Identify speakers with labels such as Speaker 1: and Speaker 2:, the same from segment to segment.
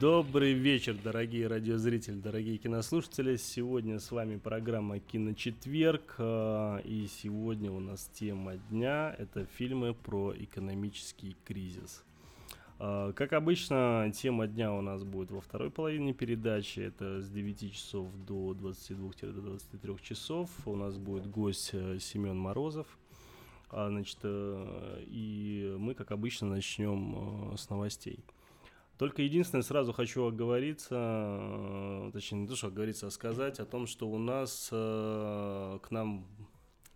Speaker 1: Добрый вечер, дорогие радиозрители, дорогие кинослушатели. Сегодня с вами программа «Киночетверг». э, И сегодня у нас тема дня – это фильмы про экономический кризис. Э, Как обычно, тема дня у нас будет во второй половине передачи. Это с 9 часов до 22-23 часов. У нас будет гость э, Семен Морозов. А, Значит, э, и мы, как обычно, начнем э, с новостей. Только единственное, сразу хочу оговориться, э, точнее, не то, что оговориться, а сказать о том, что у нас э, к нам,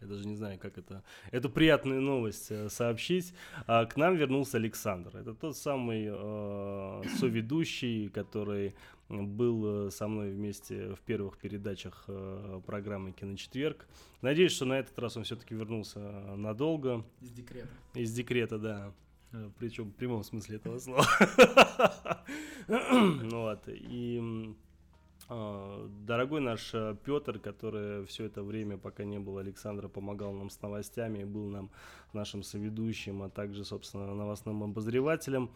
Speaker 1: я даже не знаю, как это, эту приятную новость э, сообщить, а, к нам вернулся Александр. Это тот самый э, соведущий, который м, был э, со мной вместе в первых передачах э, программы «Киночетверг». Надеюсь, что на этот раз он все-таки вернулся э, надолго.
Speaker 2: Из декрета.
Speaker 1: Из декрета, да. Причем в прямом смысле этого слова. Ну вот. И м, а, дорогой наш Петр, который все это время, пока не было Александра, помогал нам с новостями, был нам нашим соведущим, а также, собственно, новостным обозревателем.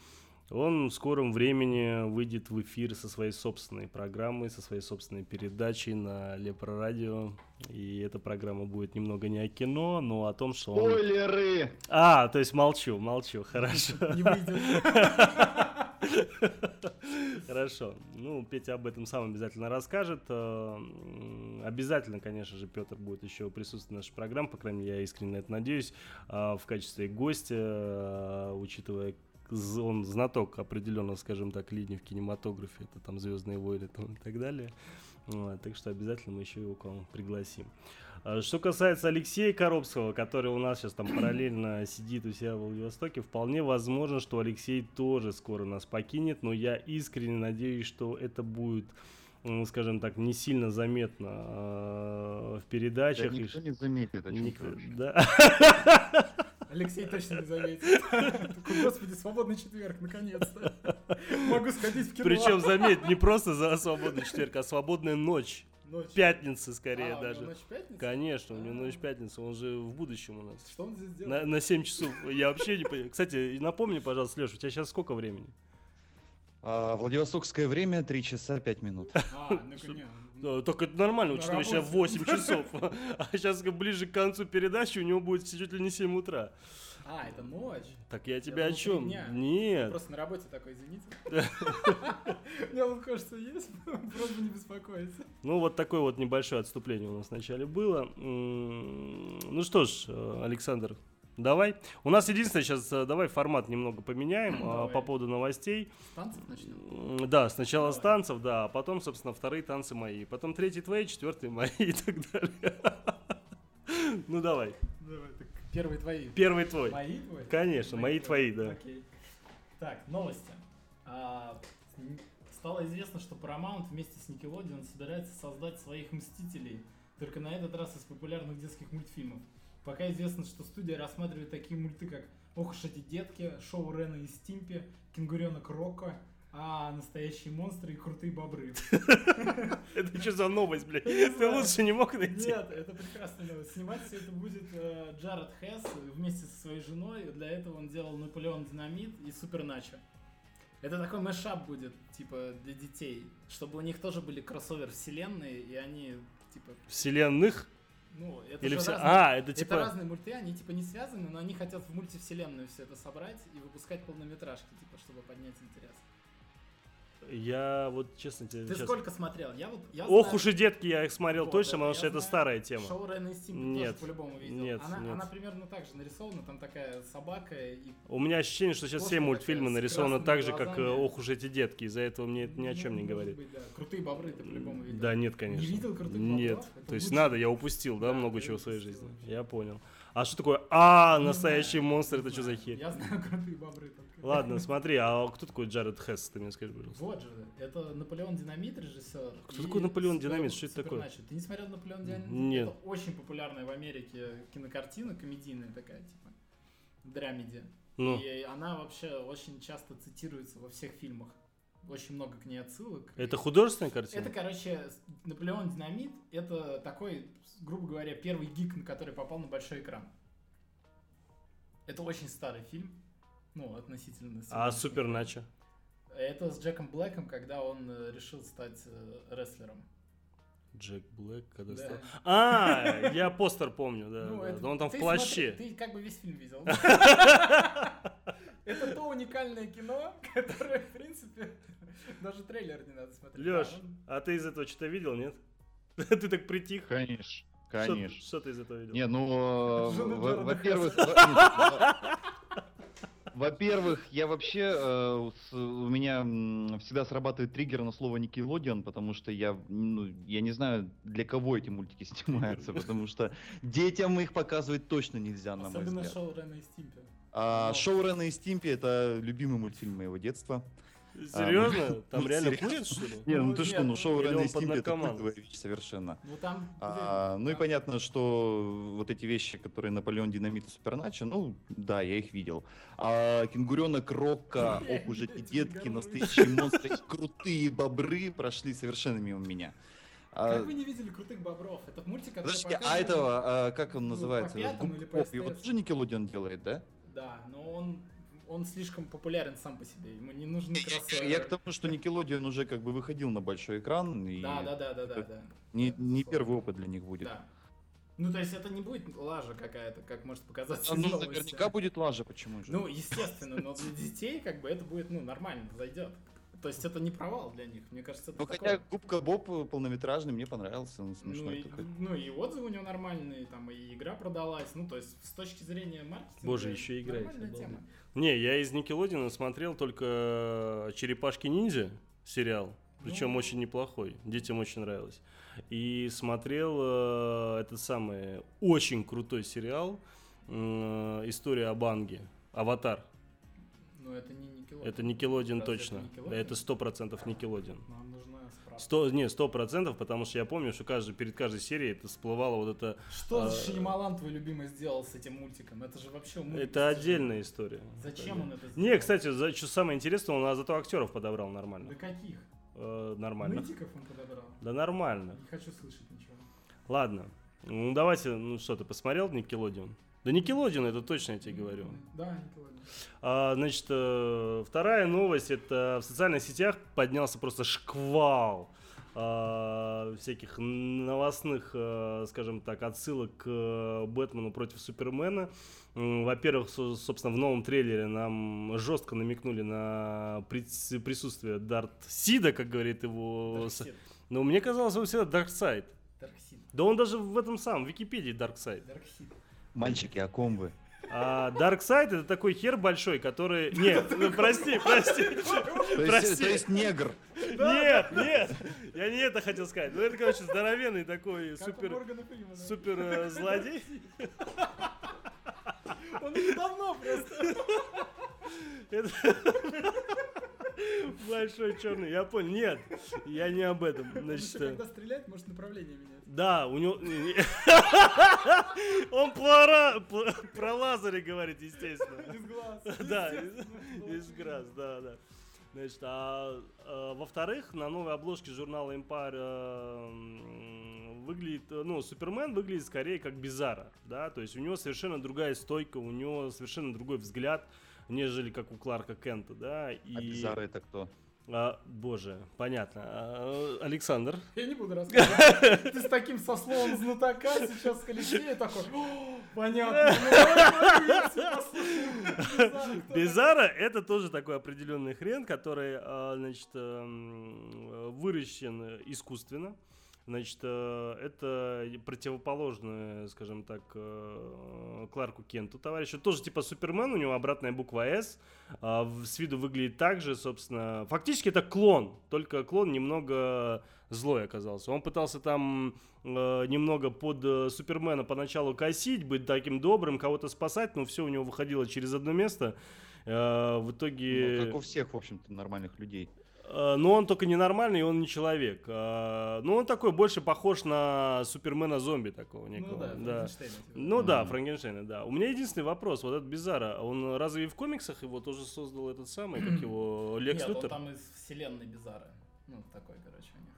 Speaker 1: Он в скором времени выйдет в эфир со своей собственной программой, со своей собственной передачей на Лепро Радио. И эта программа будет немного не о кино, но о том, что он...
Speaker 3: Спойлеры!
Speaker 1: А, то есть молчу, молчу, хорошо.
Speaker 2: Не выйдет.
Speaker 1: Хорошо. Ну, Петя об этом сам обязательно расскажет. Э, м, Обязательно, конечно же, Петр будет еще присутствовать в нашей программе, по крайней мере, я искренне на это надеюсь, э, в качестве гостя, э, учитывая з- он знаток определенно, скажем так, линии в кинематографе, это там Звездные войны там, и так далее. Вот, так что обязательно мы еще его к вам пригласим. А, Что касается Алексея Коробского, который у нас сейчас там параллельно сидит у себя в Владивостоке, вполне возможно, что Алексей тоже скоро нас покинет, но я искренне надеюсь, что это будет, м, скажем так, не сильно заметно э, в
Speaker 3: Да
Speaker 1: передачах. и
Speaker 3: никто
Speaker 1: ш-
Speaker 3: не заметит, о чем
Speaker 1: никто-
Speaker 3: ты вообще.
Speaker 1: да.
Speaker 2: Алексей точно не заметит. Такой, Господи, свободный четверг, наконец-то. Могу сходить в кино.
Speaker 1: Причем, заметь, не просто за свободный четверг, а свободная ночь.
Speaker 2: Ночь.
Speaker 1: Пятница
Speaker 2: А,
Speaker 1: скорее
Speaker 2: у него
Speaker 1: даже.
Speaker 2: ночь пятница?
Speaker 1: Конечно, у него ночь пятница, он же в будущем у нас.
Speaker 2: Что он здесь
Speaker 1: На,
Speaker 2: делает?
Speaker 1: на 7 часов. Я вообще не понимаю. Кстати, напомни, пожалуйста, Леш, у тебя сейчас сколько времени?
Speaker 3: А, Владивостокское время 3 часа 5 минут.
Speaker 2: А, ну коня.
Speaker 1: Да, Так Э, это нормально,
Speaker 2: На
Speaker 1: учитывая сейчас
Speaker 2: работе.
Speaker 1: 8 часов. А сейчас ближе к концу передачи у него будет чуть ли не 7 утра.
Speaker 2: А, это ночь.
Speaker 1: Так я
Speaker 2: думал,
Speaker 1: тебя о
Speaker 2: ну, три
Speaker 1: чем?
Speaker 2: дня.
Speaker 1: Нет.
Speaker 2: Просто на работе такой, извините. У меня тут кажется, есть, просто не беспокоиться.
Speaker 1: Ну, вот такое вот небольшое отступление у нас вначале было. М, Ну что ж, э, Александр, давай. У нас единственное сейчас, давай формат немного поменяем а, по
Speaker 2: Давай.
Speaker 1: поводу новостей.
Speaker 2: С танцев начнем.
Speaker 1: М, Да, сначала
Speaker 2: Давай.
Speaker 1: с танцев, да, а потом, собственно, вторые танцы мои, потом третий твои, четвертый мои и так далее. Ну давай,
Speaker 2: Давай, так, первые твои.
Speaker 1: первый твой.
Speaker 2: Мои твои?
Speaker 1: Конечно, мои твои, да.
Speaker 2: Окей. Так, новости. А, м, стало известно, что Paramount вместе с Nickelodeon собирается создать своих Мстителей, только на этот раз из популярных детских мультфильмов. Пока известно, что студия рассматривает такие мульты, как «Ох уж эти детки», «Шоу Рена и Стимпи», «Кенгуренок Рокко», а «Настоящие монстры» и «Крутые бобры».
Speaker 1: Это что за новость, блядь?
Speaker 2: Я не
Speaker 1: Ты
Speaker 2: знаю.
Speaker 1: лучше не мог найти.
Speaker 2: Нет, это прекрасно. новость. Снимать все это будет э, Джаред Хесс вместе со своей женой. Для этого он делал Наполеон Динамит и Супер Начо. Это такой мешап будет, типа, для детей. Чтобы у них тоже были кроссовер вселенные, и они, типа,
Speaker 1: Вселенных?
Speaker 2: ну, это
Speaker 1: Или
Speaker 2: же
Speaker 1: все?
Speaker 2: разные-
Speaker 1: А, это
Speaker 2: это
Speaker 1: типа...
Speaker 2: разные мульты, они типа не связаны, но они хотят в мультивселенную все это собрать и выпускать полнометражки, типа, чтобы поднять интерес.
Speaker 1: Я вот честно тебе
Speaker 2: Ты
Speaker 1: сейчас-
Speaker 2: сколько смотрел? Я вот, я
Speaker 1: Ох
Speaker 2: знаю-
Speaker 1: уж и детки, я их смотрел
Speaker 2: Вот,
Speaker 1: точно,
Speaker 2: да,
Speaker 1: потому
Speaker 2: я
Speaker 1: что это
Speaker 2: знаю.
Speaker 1: старая тема.
Speaker 2: Шоу Рен и Стимпи
Speaker 1: Нет,
Speaker 2: тоже по-любому видел.
Speaker 1: нет,
Speaker 2: она,
Speaker 1: нет.
Speaker 2: она примерно так же нарисована, там такая собака и
Speaker 1: У меня ощущение, что сейчас все
Speaker 2: Кошка такая
Speaker 1: мультфильмы
Speaker 2: с
Speaker 1: нарисованы
Speaker 2: красными
Speaker 1: так же, как э,
Speaker 2: глазами.
Speaker 1: «Ох уж эти детки», из-за этого мне это ни о
Speaker 2: Ну,
Speaker 1: чем не
Speaker 2: может
Speaker 1: говорит.
Speaker 2: быть, да. Крутые бобры ты по-любому видел.
Speaker 1: Да нет, конечно.
Speaker 2: видел «Крутых бобров»?
Speaker 1: Нет.
Speaker 2: Это
Speaker 1: То есть
Speaker 2: лучше.
Speaker 1: надо, я упустил, да,
Speaker 2: Да,
Speaker 1: много
Speaker 2: ты
Speaker 1: чего в своей
Speaker 2: упустил
Speaker 1: жизни.
Speaker 2: вообще.
Speaker 1: Я понял. А что такое? А,
Speaker 2: Не
Speaker 1: настоящий
Speaker 2: знаю,
Speaker 1: монстр,
Speaker 2: не
Speaker 1: это что за
Speaker 2: знаю.
Speaker 1: херь?
Speaker 2: Я знаю крутые бобры только.
Speaker 1: Ладно, смотри, а кто такой Джаред Хесс, ты мне скажи, пожалуйста.
Speaker 2: Вот же, это Наполеон Динамит режиссер.
Speaker 1: Кто
Speaker 2: и
Speaker 1: такой Наполеон
Speaker 2: Супер-
Speaker 1: Динамит? Что это такое?
Speaker 2: Суперначо. Ты не смотрел Наполеон Динамит?
Speaker 1: Нет.
Speaker 2: Это очень популярная в Америке кинокартина, комедийная такая, типа, драмеди.
Speaker 1: Ну,
Speaker 2: И она вообще очень часто цитируется во всех фильмах. Очень много к ней отсылок.
Speaker 1: это художественная
Speaker 2: Это,
Speaker 1: картина?
Speaker 2: короче, с- Наполеон Динамит, это такой, с- грубо говоря, первый гик, на который попал на большой экран. Это очень старый фильм, ну, относительно.
Speaker 1: А
Speaker 2: сегодняшнего.
Speaker 1: Суперначо?
Speaker 2: Это с Джеком Блэком, когда он э, решил стать э, рестлером.
Speaker 1: Джек Блэк, когда
Speaker 2: Да.
Speaker 1: стал... А, я постер помню, да.
Speaker 2: Ну,
Speaker 1: да.
Speaker 2: это-
Speaker 1: Да Он там
Speaker 2: ты
Speaker 1: в плаще.
Speaker 2: смотри, ты как бы весь фильм видел. Это то уникальное кино, которое, в принципе, даже трейлер не надо смотреть.
Speaker 1: Лёш,
Speaker 2: Да, он-
Speaker 1: а ты из этого что-то видел, нет? Ты так притих.
Speaker 3: Конечно.
Speaker 1: Что-
Speaker 3: Конечно.
Speaker 1: Что, ты из этого видел?
Speaker 3: Не, ну, э,
Speaker 2: Жену
Speaker 3: во-
Speaker 2: Джареда
Speaker 3: во-первых, во- во-первых, я вообще, э, с- у меня м, всегда срабатывает триггер на слово Никелодион, потому что я, ну, я не знаю, для кого эти мультики снимаются, потому что детям их показывать точно нельзя, на мой
Speaker 2: Особенно
Speaker 3: взгляд.
Speaker 2: шоу Рена и Стимпи.
Speaker 3: А,
Speaker 2: Но-
Speaker 3: Шоу Рена и Стимпи это любимый мультфильм моего детства.
Speaker 1: Серьезно? Там
Speaker 3: ну,
Speaker 1: реально
Speaker 3: А, серьезно.
Speaker 1: курят, что ли?
Speaker 3: Не, ну
Speaker 2: Ну,
Speaker 3: ты
Speaker 2: нет,
Speaker 3: что, ну Шоу
Speaker 1: или
Speaker 3: Рена
Speaker 1: он
Speaker 3: и
Speaker 1: под
Speaker 3: Стимпи это
Speaker 1: наркомана.
Speaker 3: культовая вещь совершенно.
Speaker 2: Ну там...
Speaker 3: А, ну и
Speaker 2: там-
Speaker 3: понятно, что вот эти вещи, которые Наполеон Динамит и Суперначо, ну да, я их видел. А Кенгуренок Рокко, ох уже эти
Speaker 2: Эти
Speaker 3: детки,
Speaker 2: горлы.
Speaker 3: настоящие монстры, и крутые бобры прошли совершенно мимо меня. А,
Speaker 2: Как вы не видели крутых бобров? Это мультик, который
Speaker 3: Подождите, а
Speaker 2: показывали-
Speaker 3: этого, а, как он
Speaker 2: ну,
Speaker 3: называется?
Speaker 2: по пятому или по
Speaker 3: Губков, его
Speaker 2: СТС?
Speaker 3: тоже Никелодеон делает, да?
Speaker 2: Да, но он, он слишком популярен сам по себе. Ему не нужны кроссоверы.
Speaker 3: Я к тому, что Никелодеон уже как бы выходил на большой экран, и
Speaker 2: Да, да, да, да, да, да.
Speaker 3: не,
Speaker 2: Да,
Speaker 3: не
Speaker 2: безусловно.
Speaker 3: первый опыт для них будет.
Speaker 2: Да. Ну, то есть это не будет лажа какая-то, как может показаться
Speaker 3: А,
Speaker 2: из
Speaker 3: Ну,
Speaker 2: новости.
Speaker 3: наверняка будет лажа, почему же?
Speaker 2: Ну, естественно, но для детей как бы это будет, ну, нормально, зайдет. То есть это не провал для них, мне кажется, это
Speaker 3: Ну,
Speaker 2: такое-
Speaker 3: хотя Губка Боб э, полнометражный мне понравился, он
Speaker 2: Ну
Speaker 3: смешной
Speaker 2: и,
Speaker 3: такой.
Speaker 2: ну и отзывы у него нормальные, там и игра продалась, ну то есть с точки зрения маркетинга.
Speaker 1: Боже, еще и играете,
Speaker 2: нормальная тема.
Speaker 1: Не, я из Никелодина смотрел только э, Черепашки ниндзя сериал. Причем
Speaker 2: Ну.
Speaker 1: очень неплохой. Детям очень нравилось. И смотрел э, этот самый очень крутой сериал м, История о Банге. Аватар.
Speaker 2: Но это не Никелодеон.
Speaker 1: Это Никелодин
Speaker 2: Разве это
Speaker 1: точно.
Speaker 2: Nickelodeon?
Speaker 1: Это сто процентов Никелодин.
Speaker 2: Нам нужна справка.
Speaker 1: Сто, не, сто процентов, потому что я помню, что каждый, перед каждой серией это всплывало вот это...
Speaker 2: Что
Speaker 1: А,
Speaker 2: же Шьямалан твой любимый сделал с этим мультиком? Это же вообще мультик.
Speaker 1: Ну, это отдельная история.
Speaker 2: Зачем он это сделал?
Speaker 1: Не, кстати, за, что самое интересное, он а, зато актеров подобрал
Speaker 2: Да Ну,
Speaker 1: нормально.
Speaker 2: каких?
Speaker 1: Э, нормально.
Speaker 2: Нытиков он подобрал.
Speaker 1: Да нормально.
Speaker 2: Не хочу слышать ничего.
Speaker 1: Ладно. Ну давайте, ну что, ты посмотрел Никелодион? Да Никелодион, это точно я тебе говорю.
Speaker 2: Да, Никелодеон.
Speaker 1: А, значит, э, вторая новость, это в социальных сетях поднялся просто шквал а, всяких новостных, э, скажем так, отсылок к э, Бэтмену против Супермена. М, Во-первых, со- собственно, в новом трейлере нам жестко намекнули на прис- присутствие Дарт Сида, как говорит его... с-
Speaker 2: Дарксид.
Speaker 1: Но мне казалось, он всегда Дарксайд.
Speaker 2: Дарксид.
Speaker 1: Да он даже в этом самом, в Википедии Дарксайд.
Speaker 2: Дарксид.
Speaker 3: Мальчики, о ком вы?
Speaker 1: А Дарксайд это такой хер большой, который... Нет, ну, прости, прости.
Speaker 3: То есть,
Speaker 1: Прости.
Speaker 3: то есть негр.
Speaker 1: Нет, нет, я не это хотел сказать. Ну это, короче, здоровенный такой
Speaker 2: Как у
Speaker 1: супер...
Speaker 2: Моргана Фримена.
Speaker 1: Супер э, злодей.
Speaker 2: Он уже давно просто.
Speaker 1: Это- Большой черный, я понял. Нет, я не об этом.
Speaker 2: Он
Speaker 1: Значит,
Speaker 2: еще
Speaker 1: э,
Speaker 2: когда стреляет, может направление менять.
Speaker 1: да, у него... не, не. Он про, ра- про- про Лазаря говорит, естественно.
Speaker 2: Из глаз.
Speaker 1: Да,
Speaker 2: естественно.
Speaker 1: из грас, да, да. Значит, а, э, во-вторых, на новой обложке журнала Empire э, м, выглядит, э, ну, Супермен выглядит скорее как Бизара, да, то есть у него совершенно другая стойка, у него совершенно другой взгляд, нежели как у Кларка Кента, да, и...
Speaker 3: А Пизарро это кто?
Speaker 1: А, боже, понятно. А, Александр,
Speaker 2: Я не буду рассказывать. Ты с таким сословом знатока сейчас в Колизее такой. «О,
Speaker 4: Понятно. Ну, давай версию послушаем. Бизарро, кто
Speaker 1: Бизара это тоже такой определенный хрен, который, а, значит, эм, выращен искусственно. Значит, э, это противоположное, скажем так, э, Кларку Кенту товарищу. Тоже типа Супермен, у него обратная буква «С». а, в- С виду выглядит так же, собственно. Фактически это клон, только клон немного злой оказался. Он пытался там э, немного под э, Супермена поначалу косить, быть таким добрым, кого-то спасать, но все у него выходило через одно место. Э, в итоге...
Speaker 3: Ну, как у всех, в общем-то, нормальных людей.
Speaker 1: Э, Но он только ненормальный, и он не человек. Э, Ну, он такой больше похож на Супермена-зомби такого
Speaker 4: такой? Ну
Speaker 1: некого.
Speaker 4: да,
Speaker 1: а- да.
Speaker 4: Франкенштейн у тебя.
Speaker 1: Ну да,
Speaker 3: Мгм.
Speaker 1: Франкенштейна, да. У меня единственный вопрос, вот этот Бизара, он разве и в комиксах его тоже создал этот самый, как его Лекс
Speaker 4: Нет, он
Speaker 1: Лютер?
Speaker 4: там из вселенной Бизара. Ну, такой, короче, у них.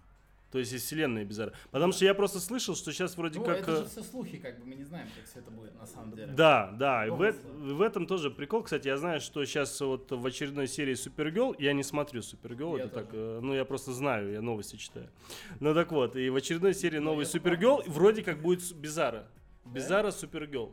Speaker 1: То есть из вселенной Бизара. Потому что я просто слышал, что сейчас вроде
Speaker 4: Ну,
Speaker 1: как...
Speaker 4: это
Speaker 1: э,
Speaker 4: же все слухи, как бы, мы не знаем, как все это будет на самом деле.
Speaker 1: Да, да, и в, эт-
Speaker 4: Образно.
Speaker 1: в этом тоже прикол. Кстати, я знаю, что сейчас вот в очередной серии Супергел, я не смотрю Супергел,
Speaker 4: Я
Speaker 1: это так,
Speaker 4: тоже.
Speaker 1: э, ну я просто знаю, я новости читаю. Ну так вот, и в очередной серии
Speaker 4: Ну,
Speaker 1: новый
Speaker 4: я
Speaker 1: Супергел
Speaker 4: попробую.
Speaker 1: вроде как будет с- Бизара.
Speaker 4: Да?
Speaker 1: Бизара Супергел.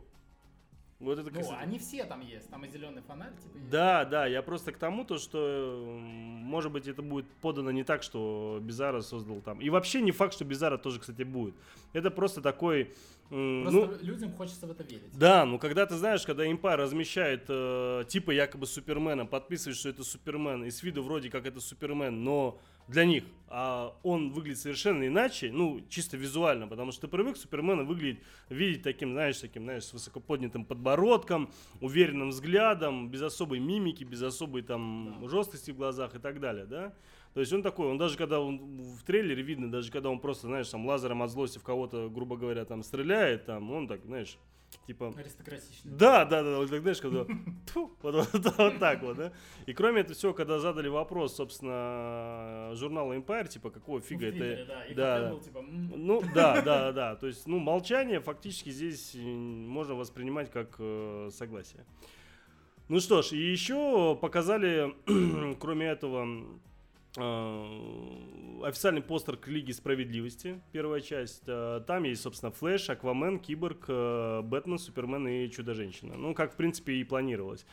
Speaker 1: Вот это,
Speaker 4: Ну,
Speaker 1: кстати,
Speaker 4: они все там есть. Там и зеленый фонарь, типа, есть.
Speaker 1: да, да, я просто к тому, то, что, э, может быть, это будет подано не так, что Бизара создал там. И вообще не факт, что Бизара тоже, кстати, будет. Это просто такой... м,
Speaker 4: Просто
Speaker 1: ну,
Speaker 4: людям хочется в это верить.
Speaker 1: Да, ну когда ты знаешь, когда Empire размещает э, типа якобы Супермена, подписывает, что это Супермен, и с виду вроде как это Супермен, но для них а он выглядит совершенно иначе, ну чисто визуально, потому что ты привык Супермена выглядеть, видеть таким, знаешь, таким, знаешь, с высокоподнятым подбородком, уверенным взглядом, без особой мимики, без особой там
Speaker 4: Да.
Speaker 1: жесткости в глазах и так далее, да? То есть он такой, он даже когда он в трейлере видно, даже когда он просто, знаешь, там лазером от злости в кого-то, грубо говоря, там стреляет, там он так, знаешь, типа...
Speaker 4: Аристократичный.
Speaker 1: Да, да, да, вот так, знаешь, когда «Тьфу», вот, вот- вот так вот, да. И кроме этого всего, когда задали вопрос, собственно, журнала Empire, типа, какого
Speaker 4: Ну, в
Speaker 1: фига
Speaker 4: Твиттере,
Speaker 1: это...
Speaker 4: Да, и
Speaker 1: да.
Speaker 4: Коктейль был, типа, м,
Speaker 1: Ну, да, да, да, то есть, ну, молчание фактически здесь э, можно воспринимать как э, согласие. Ну что ж, и еще показали, кроме этого, м, э, официальный постер к Лиге Справедливости, первая часть. Э, Там есть, собственно, Флэш, Аквамен, Киборг, э, Бэтмен, Супермен и Чудо-женщина. Ну, как, в принципе, и планировалось.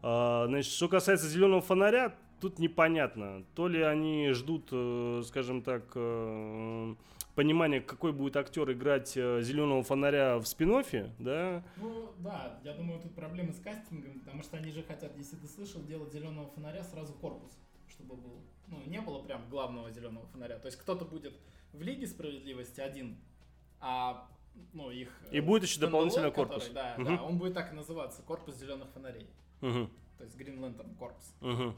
Speaker 1: А, Значит, что касается зеленого фонаря, тут непонятно. То ли они ждут, э, скажем так, э, понимания, какой будет актер играть зеленого фонаря в спин да?
Speaker 4: Ну, да, я думаю, тут проблемы с кастингом, потому что они же хотят, если ты слышал, делать зеленого фонаря сразу корпус, чтобы был. Ну, не было прям главного зеленого фонаря. То есть кто-то будет в Лиге Справедливости один, а ну, их...
Speaker 1: И
Speaker 4: э,
Speaker 1: будет еще
Speaker 4: стендалон,
Speaker 1: дополнительно
Speaker 4: который,
Speaker 1: корпус.
Speaker 4: да,
Speaker 1: Мгм.
Speaker 4: да, он будет так и называться, корпус зеленых фонарей.
Speaker 1: Мгм,
Speaker 4: То есть Green Lantern корпус.
Speaker 1: мгм.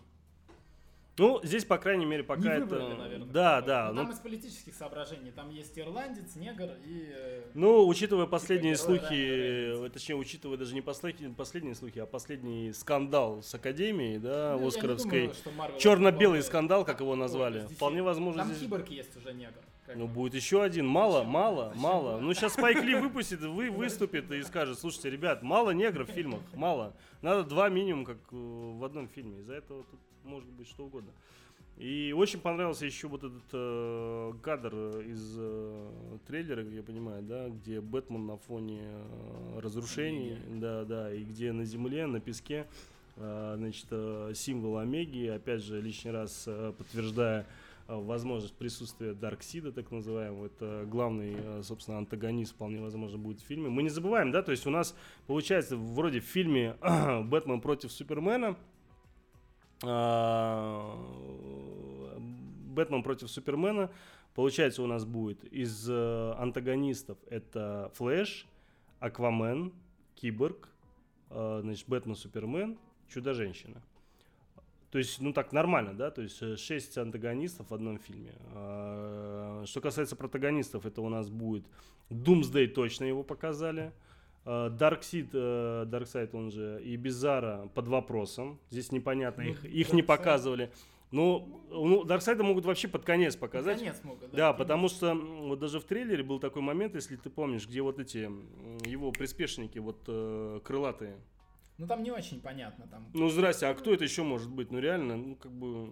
Speaker 1: Ну, здесь, по крайней мере,
Speaker 4: Не
Speaker 1: пока это...
Speaker 4: выбрали, наверное,
Speaker 1: да,
Speaker 4: какой.
Speaker 1: да.
Speaker 4: Ну,
Speaker 1: Ну,
Speaker 4: Там из политических соображений. Там есть ирландец, негр и... э,
Speaker 1: Ну, учитывая последние
Speaker 4: героя,
Speaker 1: слухи,
Speaker 4: да, героя.
Speaker 1: э, точнее, учитывая даже не последние, последние слухи, а последний скандал с Академией, да,
Speaker 4: ну, я не
Speaker 1: Оскаровской.
Speaker 4: думаю, что Marvel
Speaker 1: Черно-белый
Speaker 4: это
Speaker 1: скандал, как его
Speaker 4: Ой,
Speaker 1: назвали.
Speaker 4: здесь
Speaker 1: Вполне
Speaker 4: есть.
Speaker 1: возможно,
Speaker 4: Там
Speaker 1: здесь...
Speaker 4: киборг есть уже негр. как
Speaker 1: Ну,
Speaker 4: бы.
Speaker 1: будет еще один. Мало,
Speaker 4: Зачем?
Speaker 1: мало,
Speaker 4: Зачем?
Speaker 1: мало. Ну, сейчас Спайк Ли выпустит, вы, выступит и скажет, слушайте, ребят, мало негров в фильмах, мало. Надо два минимум, как э, в одном фильме. Из-за этого тут может быть что угодно. И очень понравился еще вот этот э, кадр из э, трейлера, как я понимаю, да, где Бэтмен на фоне э, разрушений, да, да, и где на земле, на песке, э, значит, э, символ Омеги, опять же, лишний раз э, подтверждая э, возможность присутствия Дарксида, так называемого, это главный, э, собственно, антагонист, вполне возможно, будет в фильме. Мы не забываем, да, то есть у нас, получается, вроде в фильме «Бэтмен против Супермена», а, Бэтмен против Супермена. Получается, у нас будет из э, антагонистов это Флэш, Аквамен, Киборг, э, значит, Бэтмен, Супермен, Чудо-женщина. То есть, ну так нормально, да? То есть э, шесть антагонистов в одном фильме. А, Что касается протагонистов, это у нас будет Думсдей, точно его показали. А, Дарксид, э, Дарксайд он же, и Бизара под вопросом. Здесь непонятно,
Speaker 4: Ну,
Speaker 1: их, их не
Speaker 4: Darkseid.
Speaker 1: показывали. Ну, ну Дарксайда могут вообще под конец
Speaker 2: Ну,
Speaker 1: показать.
Speaker 4: Конец мог, да.
Speaker 1: Да,
Speaker 4: Киборг.
Speaker 1: потому что м, вот даже в трейлере был такой момент, если ты помнишь, где вот эти м, его приспешники, вот э, крылатые.
Speaker 4: Ну, там не очень понятно. Там...
Speaker 1: Ну здрасте, а кто это еще может быть? Ну реально, ну как бы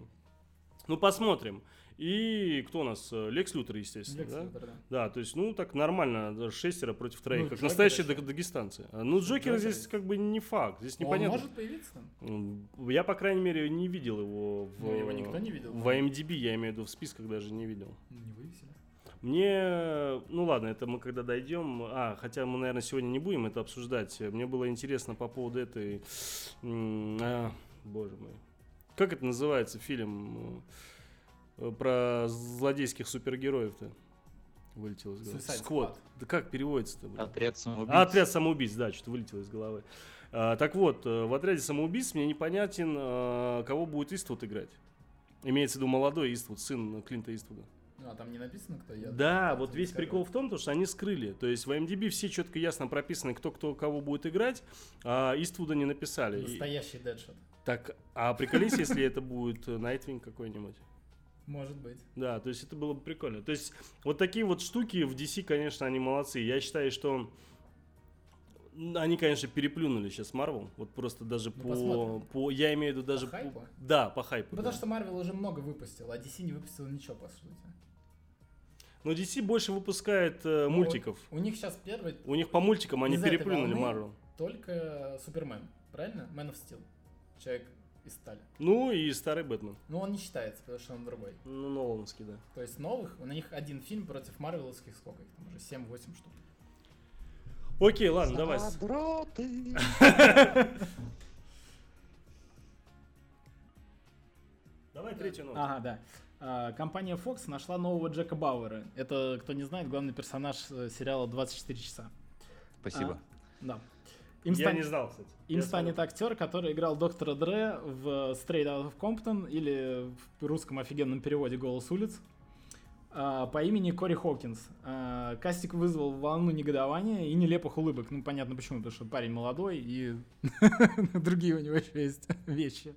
Speaker 1: Ну, посмотрим. И кто у нас? Э, Лекс Лютер, естественно,
Speaker 2: Лекс
Speaker 1: да?
Speaker 2: Лютер, да.
Speaker 1: Да, то есть, ну, так нормально, даже шестеро против троих,
Speaker 2: Ну,
Speaker 1: как
Speaker 2: Джокера
Speaker 1: настоящие
Speaker 2: еще.
Speaker 1: даг- дагестанцы. А, Ну, Джокера
Speaker 2: Джокера
Speaker 1: здесь
Speaker 2: есть.
Speaker 1: как бы не факт, здесь
Speaker 2: Он
Speaker 1: непонятно.
Speaker 2: может появиться там?
Speaker 1: М, Я, по крайней мере, не видел его в...
Speaker 2: Ну, его никто не видел. Ну,
Speaker 1: В IMDb, я имею в виду, в списках даже не видел.
Speaker 2: Не вывесили.
Speaker 1: Мне, ну ладно, это мы когда дойдем, а, хотя мы, наверное, сегодня не будем это обсуждать. Мне было интересно по поводу этой, м, а, боже мой, как это называется фильм э, про злодейских супергероев-то? Вылетел из головы.
Speaker 2: Suicide
Speaker 1: Сквот.
Speaker 2: Squad.
Speaker 1: Да как переводится-то? блин?
Speaker 3: Отряд самоубийц.
Speaker 1: А, отряд самоубийц, да, что-то вылетело из головы. А, так вот, э, в отряде самоубийц мне непонятен, э, кого будет Иствуд играть. Имеется в виду молодой Иствуд, сын Клинта Иствуда.
Speaker 2: Ну, а там не написано, кто я.
Speaker 1: Да,
Speaker 2: Я
Speaker 1: вот
Speaker 2: тебе
Speaker 1: весь
Speaker 2: скажу.
Speaker 1: прикол в том, то, что они скрыли. То есть в MDB все четко ясно прописаны, кто кто кого будет играть, а Иствуда не написали. И-
Speaker 2: Настоящий дедшот.
Speaker 1: так, а приколись, если это будет э, Найтвинг какой-нибудь.
Speaker 2: Может быть.
Speaker 1: Да, то есть это было бы прикольно. То есть вот такие вот штуки в DC, конечно, они молодцы. Я считаю, что они, конечно, переплюнули сейчас Marvel. Вот просто даже
Speaker 2: Ну,
Speaker 1: по,
Speaker 2: посмотрим.
Speaker 1: по... Я имею в виду даже...
Speaker 2: хайпу?
Speaker 1: Да, по хайпу. да.
Speaker 2: Потому что Марвел уже много выпустил, а DC не выпустил ничего, по сути.
Speaker 1: Но DC больше выпускает э,
Speaker 2: Ну,
Speaker 1: мультиков.
Speaker 2: У них сейчас первый
Speaker 1: У них по мультикам они
Speaker 2: Из этой
Speaker 1: переплюнули
Speaker 2: волны
Speaker 1: Marvel.
Speaker 2: только Супермен, правильно? Man of Steel. Человек из стали.
Speaker 1: Ну и старый Бэтмен.
Speaker 2: Но он не считается, потому что он другой.
Speaker 1: Ну, Нолановский, да.
Speaker 2: То есть новых, у них один фильм против марвеловских, сколько их там уже, 7-8 штук.
Speaker 1: Окей, ладно, давай.
Speaker 5: Задроты.
Speaker 1: Давай третью новость.
Speaker 2: Ага, да. А, Компания Fox нашла нового Джека Бауэра. Это, кто не знает, главный персонаж э, сериала «24 часа».
Speaker 3: Спасибо.
Speaker 2: Да.
Speaker 1: Я
Speaker 2: Им стан-
Speaker 1: не знал, кстати.
Speaker 2: Им
Speaker 1: Я
Speaker 2: станет
Speaker 1: смотрел.
Speaker 2: актер, который играл доктора Дре в Straight Out of Compton или в русском офигенном переводе «Голос улиц» а, по имени Кори Хокинс. А, Кастик вызвал волну негодования и нелепых улыбок. Ну, понятно почему, потому что парень молодой и другие у него еще есть вещи.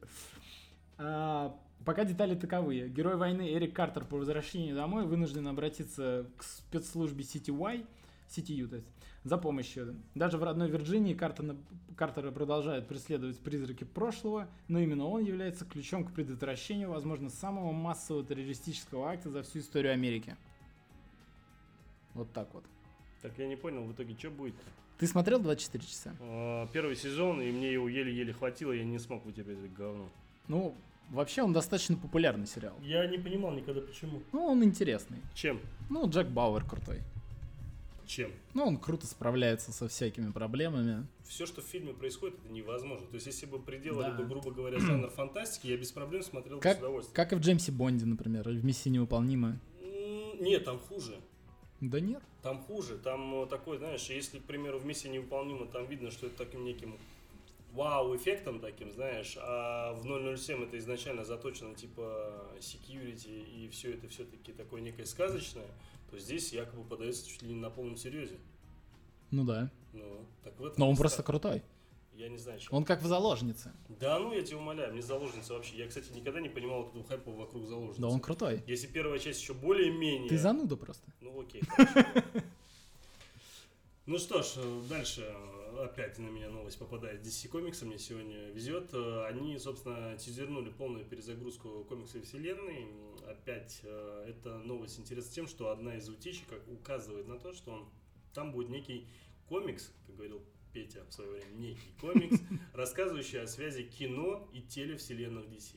Speaker 2: А, Пока детали таковые. Герой войны Эрик Картер по возвращении домой вынужден обратиться к спецслужбе CTY, CTU, то есть, за помощью. Даже в родной Вирджинии Картона- Картера продолжают преследовать призраки прошлого, но именно он является ключом к предотвращению, возможно, самого массового террористического акта за всю историю Америки. Вот так вот.
Speaker 1: Так, я не понял, в итоге что будет?
Speaker 2: Ты смотрел 24 часа?
Speaker 1: А, Первый сезон, и мне его еле-еле хватило, я не смог вытерпеть это говно.
Speaker 2: Ну, вообще он достаточно популярный сериал.
Speaker 1: Я не понимал никогда, почему.
Speaker 2: Ну, он интересный.
Speaker 1: Чем?
Speaker 2: Ну, Джек Бауэр крутой.
Speaker 1: Чем?
Speaker 2: Ну, он круто справляется со всякими проблемами.
Speaker 1: Все, что в фильме происходит, это невозможно. То есть, если бы приделали
Speaker 2: Да.
Speaker 1: бы, грубо говоря, жанр фантастики, я без проблем смотрел бы с
Speaker 2: Как,
Speaker 1: удовольствием.
Speaker 2: как и в Джеймсе Бонде, например, или в «Миссии невыполнима».
Speaker 1: М, Нет, там хуже.
Speaker 2: Да нет.
Speaker 1: Там хуже, там э, такой, знаешь, если, к примеру, в миссии невыполнима, там видно, что это таким неким вау-эффектом таким, знаешь, а в 007 это изначально заточено типа security и все это все-таки такое некое сказочное, то здесь якобы подается чуть ли не на полном серьезе.
Speaker 2: Ну да.
Speaker 1: Ну, так в этом
Speaker 2: Но он
Speaker 1: и
Speaker 2: просто
Speaker 1: ста-
Speaker 2: крутой.
Speaker 1: Я не знаю, чем.
Speaker 2: Он как в «Заложнице».
Speaker 1: Да ну, я тебя умоляю, мне заложница вообще. Я, кстати, никогда не понимал вот этого хайпа вокруг заложницы.
Speaker 2: Да он крутой.
Speaker 1: Если первая часть еще более-менее...
Speaker 2: Ты зануда просто.
Speaker 1: Ну окей. хорошо. Ну что ж, э, дальше э, опять на меня новость попадает. DC комикса мне сегодня везет. Э, Они, собственно, тизернули полную перезагрузку комиксовой вселенной. М, Опять э, эта новость интересна тем, что одна из утечек как указывает на то, что он- там будет некий комикс, как говорил Петя в свое время, некий комикс, рассказывающий о связи кино и телевселенных DC.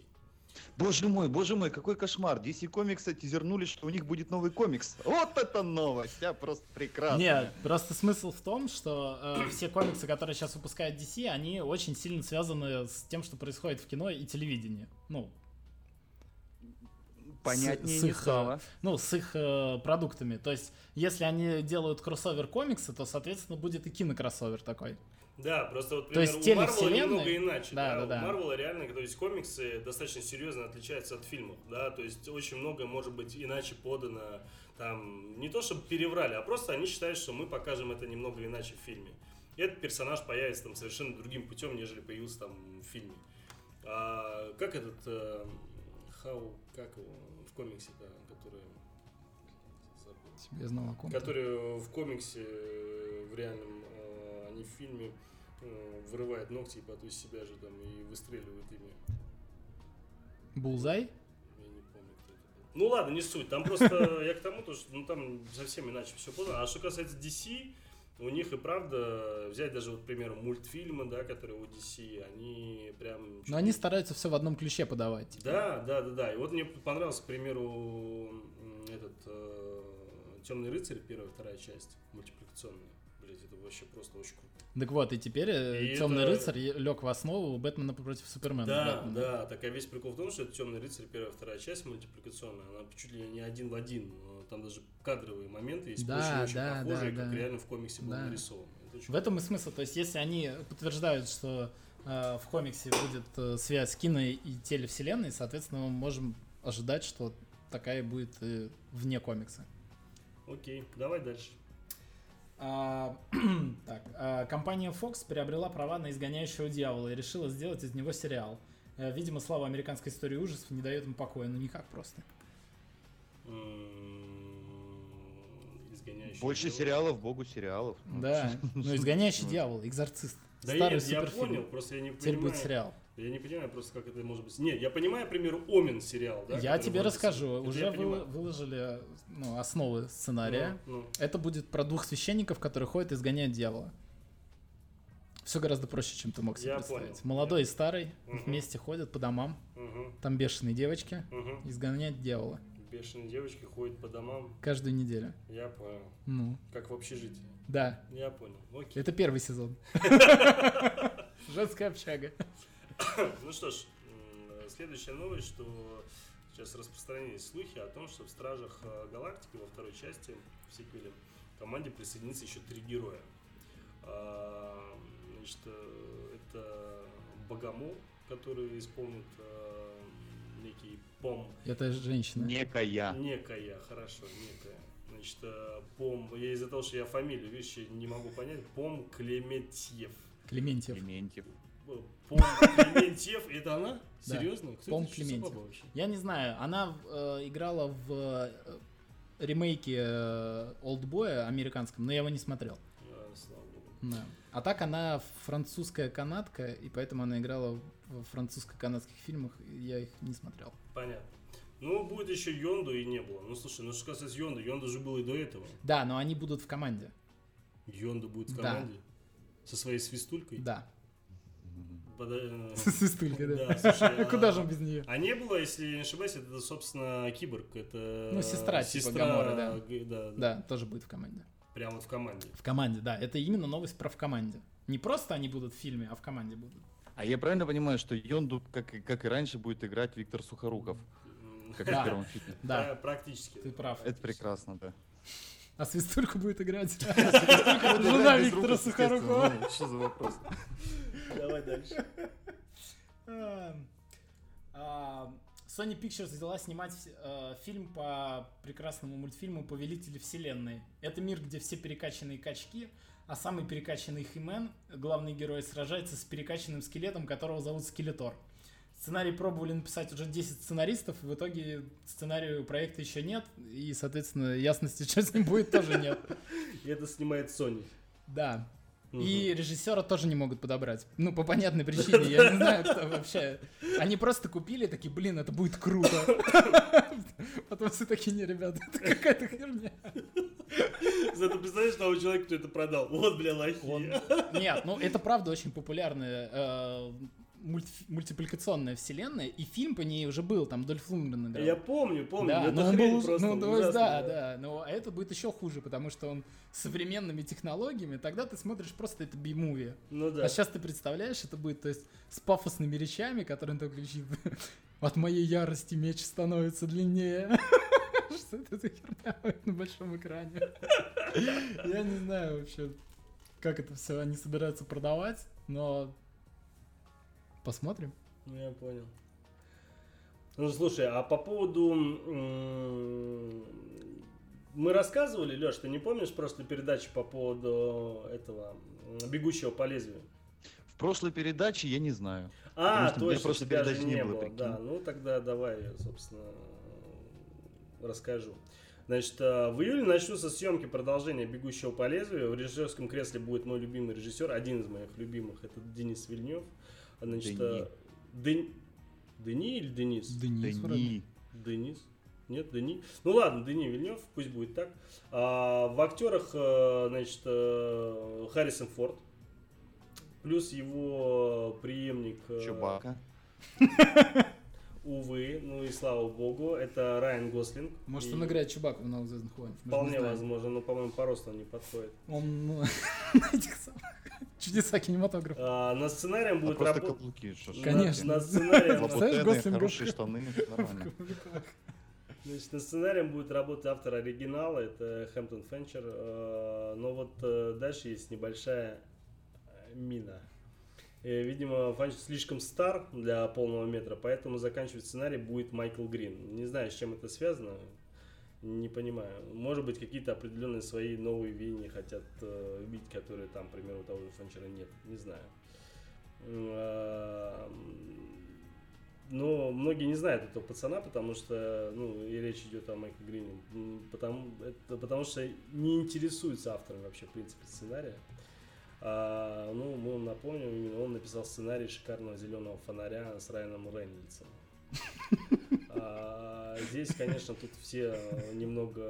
Speaker 3: Боже мой, боже мой, какой кошмар. DC комиксы тизернули, что у них будет новый комикс. Вот это новость, а просто прекрасно.
Speaker 2: Нет, просто смысл в том, что э, все комиксы, которые сейчас выпускает DC, они очень сильно связаны с тем, что происходит в кино и телевидении. Ну,
Speaker 3: Понятнее
Speaker 2: С-
Speaker 3: не
Speaker 2: с их, э,
Speaker 3: стало.
Speaker 2: ну с их э, продуктами. То есть, если они делают кроссовер комиксы, то, соответственно, будет и кинокроссовер такой.
Speaker 1: Да, просто вот,
Speaker 2: То
Speaker 1: например,
Speaker 2: есть
Speaker 1: у Марвела
Speaker 2: телевселенной-
Speaker 1: немного иначе.
Speaker 2: Да,
Speaker 1: Да,
Speaker 2: да, да.
Speaker 1: У Марвела реально, то есть комиксы достаточно серьезно отличаются от фильмов, да, то есть очень многое может быть иначе подано, там, не то чтобы переврали, а просто они считают, что мы покажем это немного иначе в фильме. И этот персонаж появится там совершенно другим путем, нежели появился там в фильме. А как этот, э, Хау, как его в комиксе-то, который... забыл.
Speaker 2: Я знал о ком.
Speaker 1: Который в комиксе, э, в реальном, э, они в фильме э, вырывает ногти и потом из себя же там и выстреливают ими.
Speaker 2: Булзай?
Speaker 1: Я не помню. Ну ладно, не суть. Там просто я к тому, то, что ну, там совсем иначе все было. А что касается DC, у них и правда, взять даже, вот, к примеру, мультфильмы, да, которые у DC, они прям...
Speaker 2: Но они стараются все в одном ключе подавать. типа.
Speaker 1: Да, да, да, да. И вот мне понравился, к примеру, м, этот Темный рыцарь, первая, вторая часть, мультипликационная. Блять, это вообще просто очень круто.
Speaker 2: Так вот, и теперь
Speaker 1: И
Speaker 2: Темный
Speaker 1: это-
Speaker 2: рыцарь лег в основу Бэтмена против Супермена.
Speaker 1: Да,
Speaker 2: Бэтмена.
Speaker 1: да, так а весь прикол в том, что это Темный рыцарь, первая, вторая часть мультипликационная, она чуть ли не один в один. э, Там даже кадровые моменты есть,
Speaker 2: Да,
Speaker 1: очень-очень
Speaker 2: да,
Speaker 1: похожие,
Speaker 2: да,
Speaker 1: как
Speaker 2: да.
Speaker 1: реально в комиксе было
Speaker 2: Да.
Speaker 1: нарисовано. Это очень
Speaker 2: В этом и смысл. То есть, если они подтверждают, что э, в комиксе будет э, связь кино и телевселенной, соответственно, мы можем ожидать, что такая будет э, вне комикса.
Speaker 1: круто. Окей, давай дальше.
Speaker 2: А, так, а, компания Fox приобрела права на изгоняющего дьявола и решила сделать из него сериал. Э, Видимо, слава американской истории ужасов не дает им покоя, ну никак просто.
Speaker 1: М, Изгоняющий
Speaker 3: Больше
Speaker 1: дьявол.
Speaker 3: сериалов, богу сериалов. Ну,
Speaker 2: Да, ну изгоняющий
Speaker 3: Ну.
Speaker 2: дьявол, экзорцист.
Speaker 1: Да
Speaker 2: Старый
Speaker 1: нет, я
Speaker 2: суперфильм.
Speaker 1: понял, просто я не
Speaker 2: Теперь будет
Speaker 1: понимаю.
Speaker 2: сериал.
Speaker 1: Я не понимаю просто, как это может быть. Нет, я понимаю, к примеру, Омен сериал, да?
Speaker 2: я
Speaker 1: который
Speaker 2: тебе
Speaker 1: вроде-
Speaker 2: расскажу.
Speaker 1: Это
Speaker 2: Уже
Speaker 1: я
Speaker 2: вы-
Speaker 1: понимаю.
Speaker 2: выложили ну, основы сценария.
Speaker 1: Ну, ну.
Speaker 2: Это будет про двух священников, которые ходят и изгоняют дьявола. Все гораздо проще, чем ты мог себе
Speaker 1: Я
Speaker 2: представить.
Speaker 1: понял.
Speaker 2: Молодой и старый
Speaker 1: Мгм.
Speaker 2: вместе ходят по домам.
Speaker 1: Мгм,
Speaker 2: Там бешеные девочки.
Speaker 1: мгм.
Speaker 2: Изгоняют дьявола.
Speaker 1: угу, Бешеные девочки ходят по домам.
Speaker 2: Каждую неделю.
Speaker 1: Я понял.
Speaker 2: Ну,
Speaker 1: Как в общежитии.
Speaker 2: да.
Speaker 1: Я понял. Окей.
Speaker 2: Это первый сезон. Женская общага.
Speaker 1: Ну что ж, м, следующая новость, что сейчас распространились слухи о том, что в Стражах э, Галактики во второй части в сиквеле к команде присоединится еще три героя. А, Значит, э, это Богомол, который исполнит э, некий пом
Speaker 2: Это женщина. А.
Speaker 3: Некая.
Speaker 1: Некая, хорошо, некая. Значит, э, Пом, я из-за того, что я фамилию, видишь, я не могу понять, Пом Клементьев.
Speaker 2: Клементьев.
Speaker 3: Клементьев.
Speaker 1: Э, Пом Клементьев, это она?
Speaker 2: Да.
Speaker 1: Серьезно? Кто
Speaker 2: Пом
Speaker 1: это? Что за
Speaker 2: Клементьев.
Speaker 1: баба вообще?
Speaker 2: Я не знаю, она э, играла в э, ремейке э, Олдбоя американском, но я его не смотрел.
Speaker 1: А, слава богу.
Speaker 2: Да. А так она французская канадка, и поэтому она играла в французско-канадских фильмах, и я их не смотрел.
Speaker 1: Понятно. Ну, будет еще Йонду и не было. Ну, слушай, ну что касается Йонду, Йонду же было и до этого.
Speaker 2: Да, но они будут в команде.
Speaker 1: Йонду будет в
Speaker 2: Да.
Speaker 1: команде. Со своей свистулькой.
Speaker 2: Да.
Speaker 1: Пода-
Speaker 2: Свистулька,
Speaker 1: Да, слушай, а-
Speaker 2: Куда же он без нее?
Speaker 1: А не было, если я не ошибаюсь, это, собственно, киборг. Это
Speaker 2: Ну, сестра типа
Speaker 1: сестра
Speaker 2: Гаморы, да.
Speaker 1: г- да, да.
Speaker 2: Да, тоже будет в команде.
Speaker 1: Прямо вот в команде.
Speaker 2: В команде, да. Это именно новость про в команде. Не просто они будут в фильме, а в команде будут.
Speaker 3: А я правильно понимаю, что Йонду, как, и- как и раньше, будет играть Виктор Сухоруков,
Speaker 1: М,
Speaker 3: как и
Speaker 2: Да.
Speaker 3: в первом фильме.
Speaker 2: Да,
Speaker 1: практически.
Speaker 2: ты прав.
Speaker 3: Это прекрасно, да.
Speaker 2: А свистульку будет играть.
Speaker 3: Жена
Speaker 2: Виктора Сухорукова.
Speaker 3: Что Ну, за вопрос?
Speaker 1: Давай дальше.
Speaker 2: Эм, а, Sony Pictures взяла снимать э, фильм по прекрасному мультфильму «Повелители вселенной». Это мир, где все перекачанные качки, а самый перекачанный Химен, главный герой, сражается с перекачанным скелетом, которого зовут Скелетор. Сценарий пробовали написать уже 10 сценаристов, и в итоге сценарию проекта еще нет, и, соответственно, ясности, что с ним будет, тоже нет.
Speaker 1: И это снимает Sony.
Speaker 2: Да.
Speaker 1: Мгм.
Speaker 2: И режиссера тоже не могут подобрать. Ну, по понятной причине, я не знаю, кто вообще. Они просто купили, такие, блин, это будет круто. Потом все такие, не, ребята, это какая-то херня.
Speaker 1: Зато представляешь того человека, кто это продал. Вот, бля, лохи.
Speaker 2: Он- Нет, ну это правда очень популярная э, мульти- мультипликационная вселенная, и фильм по ней уже был, там Дольф Лунгрен играл.
Speaker 1: Я помню, помню.
Speaker 2: Да,
Speaker 1: это
Speaker 2: но он
Speaker 1: хрень
Speaker 2: был уж-
Speaker 1: просто
Speaker 2: ну, то есть,
Speaker 1: ужасная.
Speaker 2: да, да, но а это будет еще хуже, потому что он с современными технологиями, тогда ты смотришь просто это би-муви.
Speaker 1: Ну да.
Speaker 2: А сейчас ты представляешь, это будет, то есть, с пафосными речами, которые он там кричит. От моей ярости меч становится длиннее. Что это за херня будет на большом экране? Я не знаю вообще, как это все они собираются продавать, но посмотрим.
Speaker 1: Ну, я понял. Ну, слушай, а по поводу... м, Мы рассказывали, Леш, ты не помнишь просто передачи по поводу этого м, бегущего по лезвию?
Speaker 3: В прошлой передаче я не знаю.
Speaker 1: А,
Speaker 3: Потому что у меня
Speaker 1: точно,
Speaker 3: просто
Speaker 1: тебя же
Speaker 3: передач не было, прикинь.
Speaker 1: Да, ну тогда давай, я, собственно, расскажу. Значит, э, в июле начнутся съемки продолжения «Бегущего по лезвию». В режиссерском кресле будет мой любимый режиссер, один из моих любимых, это Денис Вильнев. Значит, э, Дени. Дени или Денис?
Speaker 2: Денис
Speaker 3: Да
Speaker 2: вроде.
Speaker 3: не.
Speaker 1: Денис. Нет, Дени. Ну ладно, Дени Вильнев, пусть будет так. А, в актерах, э, значит, э, Харрисон Форд. Плюс его преемник. э,
Speaker 3: Чубака.
Speaker 1: Увы, ну и слава богу, это Райан Гослинг.
Speaker 2: Может,
Speaker 1: И
Speaker 2: он играет Чубаку в новых Звездных войнах. мы же не
Speaker 1: Вполне
Speaker 2: знаем.
Speaker 1: возможно, но, по-моему, по росту он не подходит.
Speaker 2: Он ну, на этих самых чудеса кинематографа.
Speaker 1: А, над сценарием
Speaker 3: А
Speaker 1: будет
Speaker 3: просто
Speaker 1: работать...
Speaker 3: каблуки, шашлыки.
Speaker 2: Конечно.
Speaker 1: Над сценарием...
Speaker 2: Лапу- Представляешь,
Speaker 3: Лабутены,
Speaker 2: Гослинг
Speaker 3: хорошие
Speaker 2: Гоша?
Speaker 3: штаны, ну, нормально.
Speaker 1: Значит, над сценарием будет работать автор оригинала, это Хэмптон Фенчер. Э, Но вот э, дальше есть небольшая э, мина. Э, Видимо, Фанч слишком стар для полного метра, поэтому заканчивать сценарий будет Майкл Грин. Не знаю, с чем это связано, не понимаю. Может быть, какие-то определенные свои новые веяния хотят э, видеть, которые там, к примеру, у того же Фанчера нет. Не знаю. М, а, м, Но многие не знают этого пацана, потому что, ну, и речь идет о Майкле Грине, М, потому, это потому что не интересуется автором вообще, в принципе, сценария. А, ну, мы вам напомним, именно он написал сценарий шикарного зеленого фонаря с Райаном Рейнольдсом. А, Здесь, конечно, тут все э, немного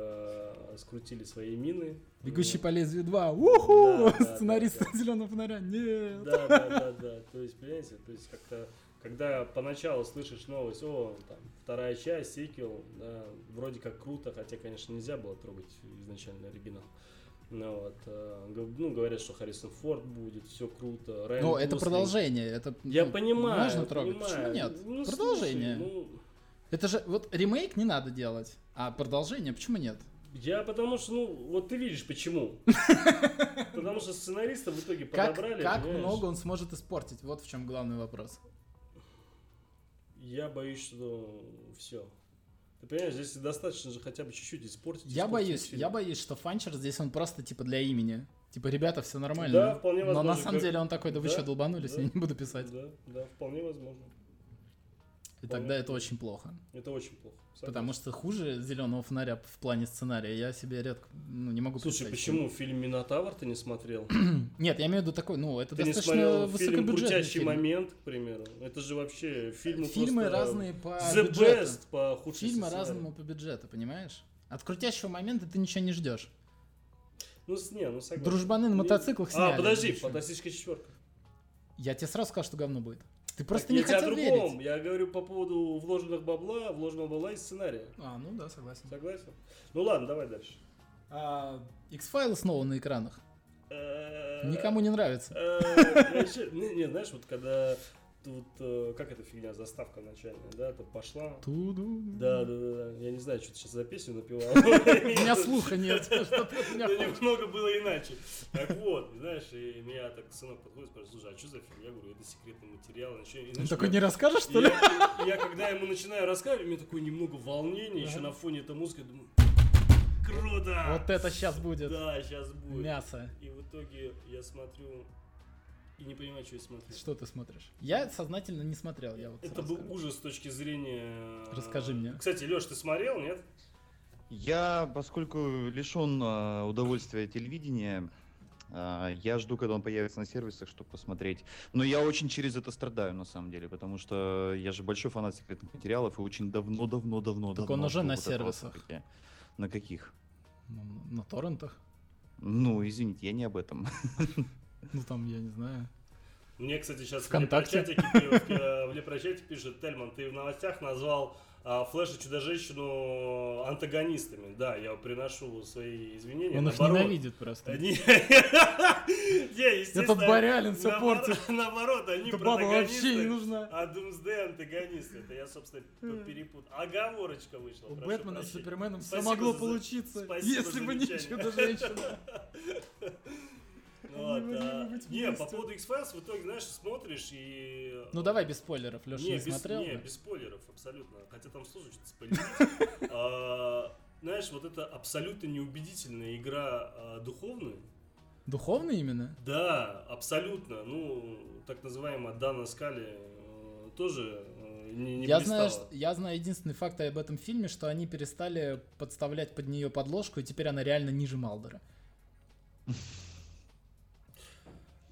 Speaker 1: э, скрутили свои мины. Ну,
Speaker 2: Бегущий по лезвию 2.
Speaker 1: Да,
Speaker 2: Уху!
Speaker 1: да, да,
Speaker 2: Сценарист
Speaker 1: да.
Speaker 2: зеленого фонаря. Нет.
Speaker 1: Да, да, да, да. То есть, понимаете, то есть как-то, когда поначалу слышишь новость, о, там, вторая часть, сиквел, да, вроде как круто, хотя, конечно, нельзя было трогать изначально оригинал. Ну вот, э, г- ну, говорят, что Харрисон Форд будет, все круто. Райан
Speaker 2: Ну, это
Speaker 1: Гослинг.
Speaker 2: продолжение. Это,
Speaker 1: Я
Speaker 2: ну,
Speaker 1: понимаю,
Speaker 2: Можно трогать.
Speaker 1: понимаю.
Speaker 2: Почему нет?
Speaker 1: Ну, слушай,
Speaker 2: продолжение.
Speaker 1: ну,
Speaker 2: Это же, вот ремейк не надо делать, а продолжение почему нет?
Speaker 1: я потому что, ну, вот ты видишь, почему. Потому что сценариста в итоге
Speaker 2: Как,
Speaker 1: подобрали.
Speaker 2: как
Speaker 1: понимаешь?
Speaker 2: много он сможет испортить? Вот в чем главный вопрос.
Speaker 1: Я боюсь, что все. Ты понимаешь, здесь достаточно же хотя бы чуть-чуть испортить.
Speaker 2: Я
Speaker 1: испортить
Speaker 2: боюсь,
Speaker 1: фильм.
Speaker 2: я боюсь, что Фанчер здесь он просто типа для имени. Типа, ребята, все нормально.
Speaker 1: Да, вполне
Speaker 2: Но
Speaker 1: возможно,
Speaker 2: на самом
Speaker 1: как-
Speaker 2: деле он такой, да вы
Speaker 1: Да,
Speaker 2: что, долбанулись,
Speaker 1: да.
Speaker 2: я не буду писать.
Speaker 1: Да, да, вполне возможно.
Speaker 2: И тогда это очень плохо.
Speaker 1: Это очень плохо. Согласен.
Speaker 2: Потому что хуже зеленого фонаря в плане сценария я себе редко ну, не могу
Speaker 1: Слушай,
Speaker 2: представить.
Speaker 1: почему фильм Минотавр ты не смотрел?
Speaker 2: Нет, я имею в виду такой, ну, это
Speaker 1: Ты не
Speaker 2: достаточно
Speaker 1: смотрел фильм
Speaker 2: высокобюджетный
Speaker 1: «Крутящий
Speaker 2: фильм.
Speaker 1: момент», к примеру? Это же вообще фильмы
Speaker 2: Фильмы
Speaker 1: просто
Speaker 2: разные по
Speaker 1: The
Speaker 2: бюджету.
Speaker 1: best по худшей
Speaker 2: Фильмы
Speaker 1: сценарию.
Speaker 2: разному по бюджету, понимаешь? От крутящего момента ты ничего не ждешь.
Speaker 1: Ну, с- не, ну согласен.
Speaker 2: Дружбаны на
Speaker 1: Не-
Speaker 2: мотоциклах
Speaker 1: А,
Speaker 2: сняли,
Speaker 1: подожди,
Speaker 2: ничего.
Speaker 1: «Фантастическая четверка».
Speaker 2: Я тебе сразу сказал, что говно будет. Ты просто
Speaker 1: Так,
Speaker 2: не
Speaker 1: я тебя о
Speaker 2: хотел
Speaker 1: другом.
Speaker 2: верить.
Speaker 1: Я говорю по поводу вложенных бабла, вложенного бабла и сценария.
Speaker 2: А, ну да, согласен.
Speaker 1: Согласен? Ну ладно, давай дальше.
Speaker 2: X-файл снова на экранах.
Speaker 1: Э,
Speaker 2: Никому не нравится.
Speaker 1: э, вообще, Не, не, знаешь, вот когда тут, э, как эта фигня, заставка начальная, да, ты пошла.
Speaker 2: Туду.
Speaker 1: Да, да, да, да. Я не знаю, что ты сейчас за песню напевал.
Speaker 2: У меня слуха нет. что ты от меня
Speaker 1: Да
Speaker 2: хочешь?
Speaker 1: немного было иначе. Так вот, знаешь, и меня так сынок подходит, спрашивает, слушай, а что за фильм? Я говорю, это секретный материал. она ещё- и
Speaker 2: Он
Speaker 1: знаешь,
Speaker 2: такой,
Speaker 1: я-
Speaker 2: не расскажешь, что ли?
Speaker 1: я, я когда ему начинаю рассказывать, у меня такое немного волнение, еще на фоне этой музыки, я думаю, круто!
Speaker 2: Вот это сейчас будет.
Speaker 1: Да, сейчас будет.
Speaker 2: Мясо.
Speaker 1: И в итоге я смотрю и не понимаю, что я смотрю.
Speaker 2: Что ты смотришь? Я сознательно не смотрел. Я вот
Speaker 1: Это
Speaker 2: сразу
Speaker 1: был
Speaker 2: скажу.
Speaker 1: ужас с точки зрения...
Speaker 2: Расскажи мне.
Speaker 1: Кстати, Леш, ты смотрел, нет?
Speaker 3: Я, поскольку лишен а, удовольствия телевидения, а, я жду, когда он появится на сервисах, чтобы посмотреть. Но я очень через это страдаю, на самом деле, потому что я же большой фанат секретных материалов и очень давно, давно, давно,
Speaker 2: Так
Speaker 3: давно.
Speaker 2: он уже
Speaker 3: жду
Speaker 2: на
Speaker 3: вот этого
Speaker 2: сервисах.
Speaker 3: события. На каких?
Speaker 2: Ну, На торрентах.
Speaker 3: Ну, извините, я не об этом.
Speaker 2: Ну там, я не знаю.
Speaker 1: Мне, кстати, сейчас в
Speaker 2: Вконтакте.
Speaker 1: Лепрочатике пи- э, в Лепрочате пишет Тельман, ты в новостях назвал а, Флэш и Чудо-женщину антагонистами. Да, я приношу свои извинения.
Speaker 2: Он их
Speaker 1: Наоборот.
Speaker 2: ненавидит просто.
Speaker 1: Они... Не, естественно,
Speaker 2: Этот Барялин все
Speaker 1: наоборот-
Speaker 2: портит.
Speaker 1: Наоборот, они
Speaker 2: Эта баба вообще не
Speaker 1: протагонисты,
Speaker 2: нужна. Э.
Speaker 1: а Думсдэй антагонист. Это я, собственно, тут перепутал. Оговорочка вышла.
Speaker 2: У
Speaker 1: ну, прошу
Speaker 2: Бэтмена с
Speaker 1: прощения.
Speaker 2: Суперменом все
Speaker 1: Спасибо
Speaker 2: могло
Speaker 1: за-
Speaker 2: получиться,
Speaker 1: спасибо
Speaker 2: если
Speaker 1: за
Speaker 2: бы не
Speaker 1: замечание.
Speaker 2: чудо-женщина.
Speaker 1: Ну вот,
Speaker 2: Они могли
Speaker 1: а,
Speaker 2: бы быть
Speaker 1: Не, по
Speaker 2: вместе.
Speaker 1: поводу X-Files в итоге, знаешь, смотришь и...
Speaker 2: Ну давай без спойлеров, Леша не,
Speaker 1: без,
Speaker 2: смотрел.
Speaker 1: не,
Speaker 2: да?
Speaker 1: без спойлеров, абсолютно. Хотя там сложно что-то спойлерить. А, Знаешь, вот это абсолютно неубедительная игра а, духовная.
Speaker 2: Духовно именно?
Speaker 1: Да, абсолютно. Ну, так называемая Дана Скали э, тоже э, не, не
Speaker 2: я,
Speaker 1: блистала.
Speaker 2: знаю, что- я знаю единственный факт об этом фильме, что они перестали подставлять под нее подложку, и теперь она реально ниже Малдера.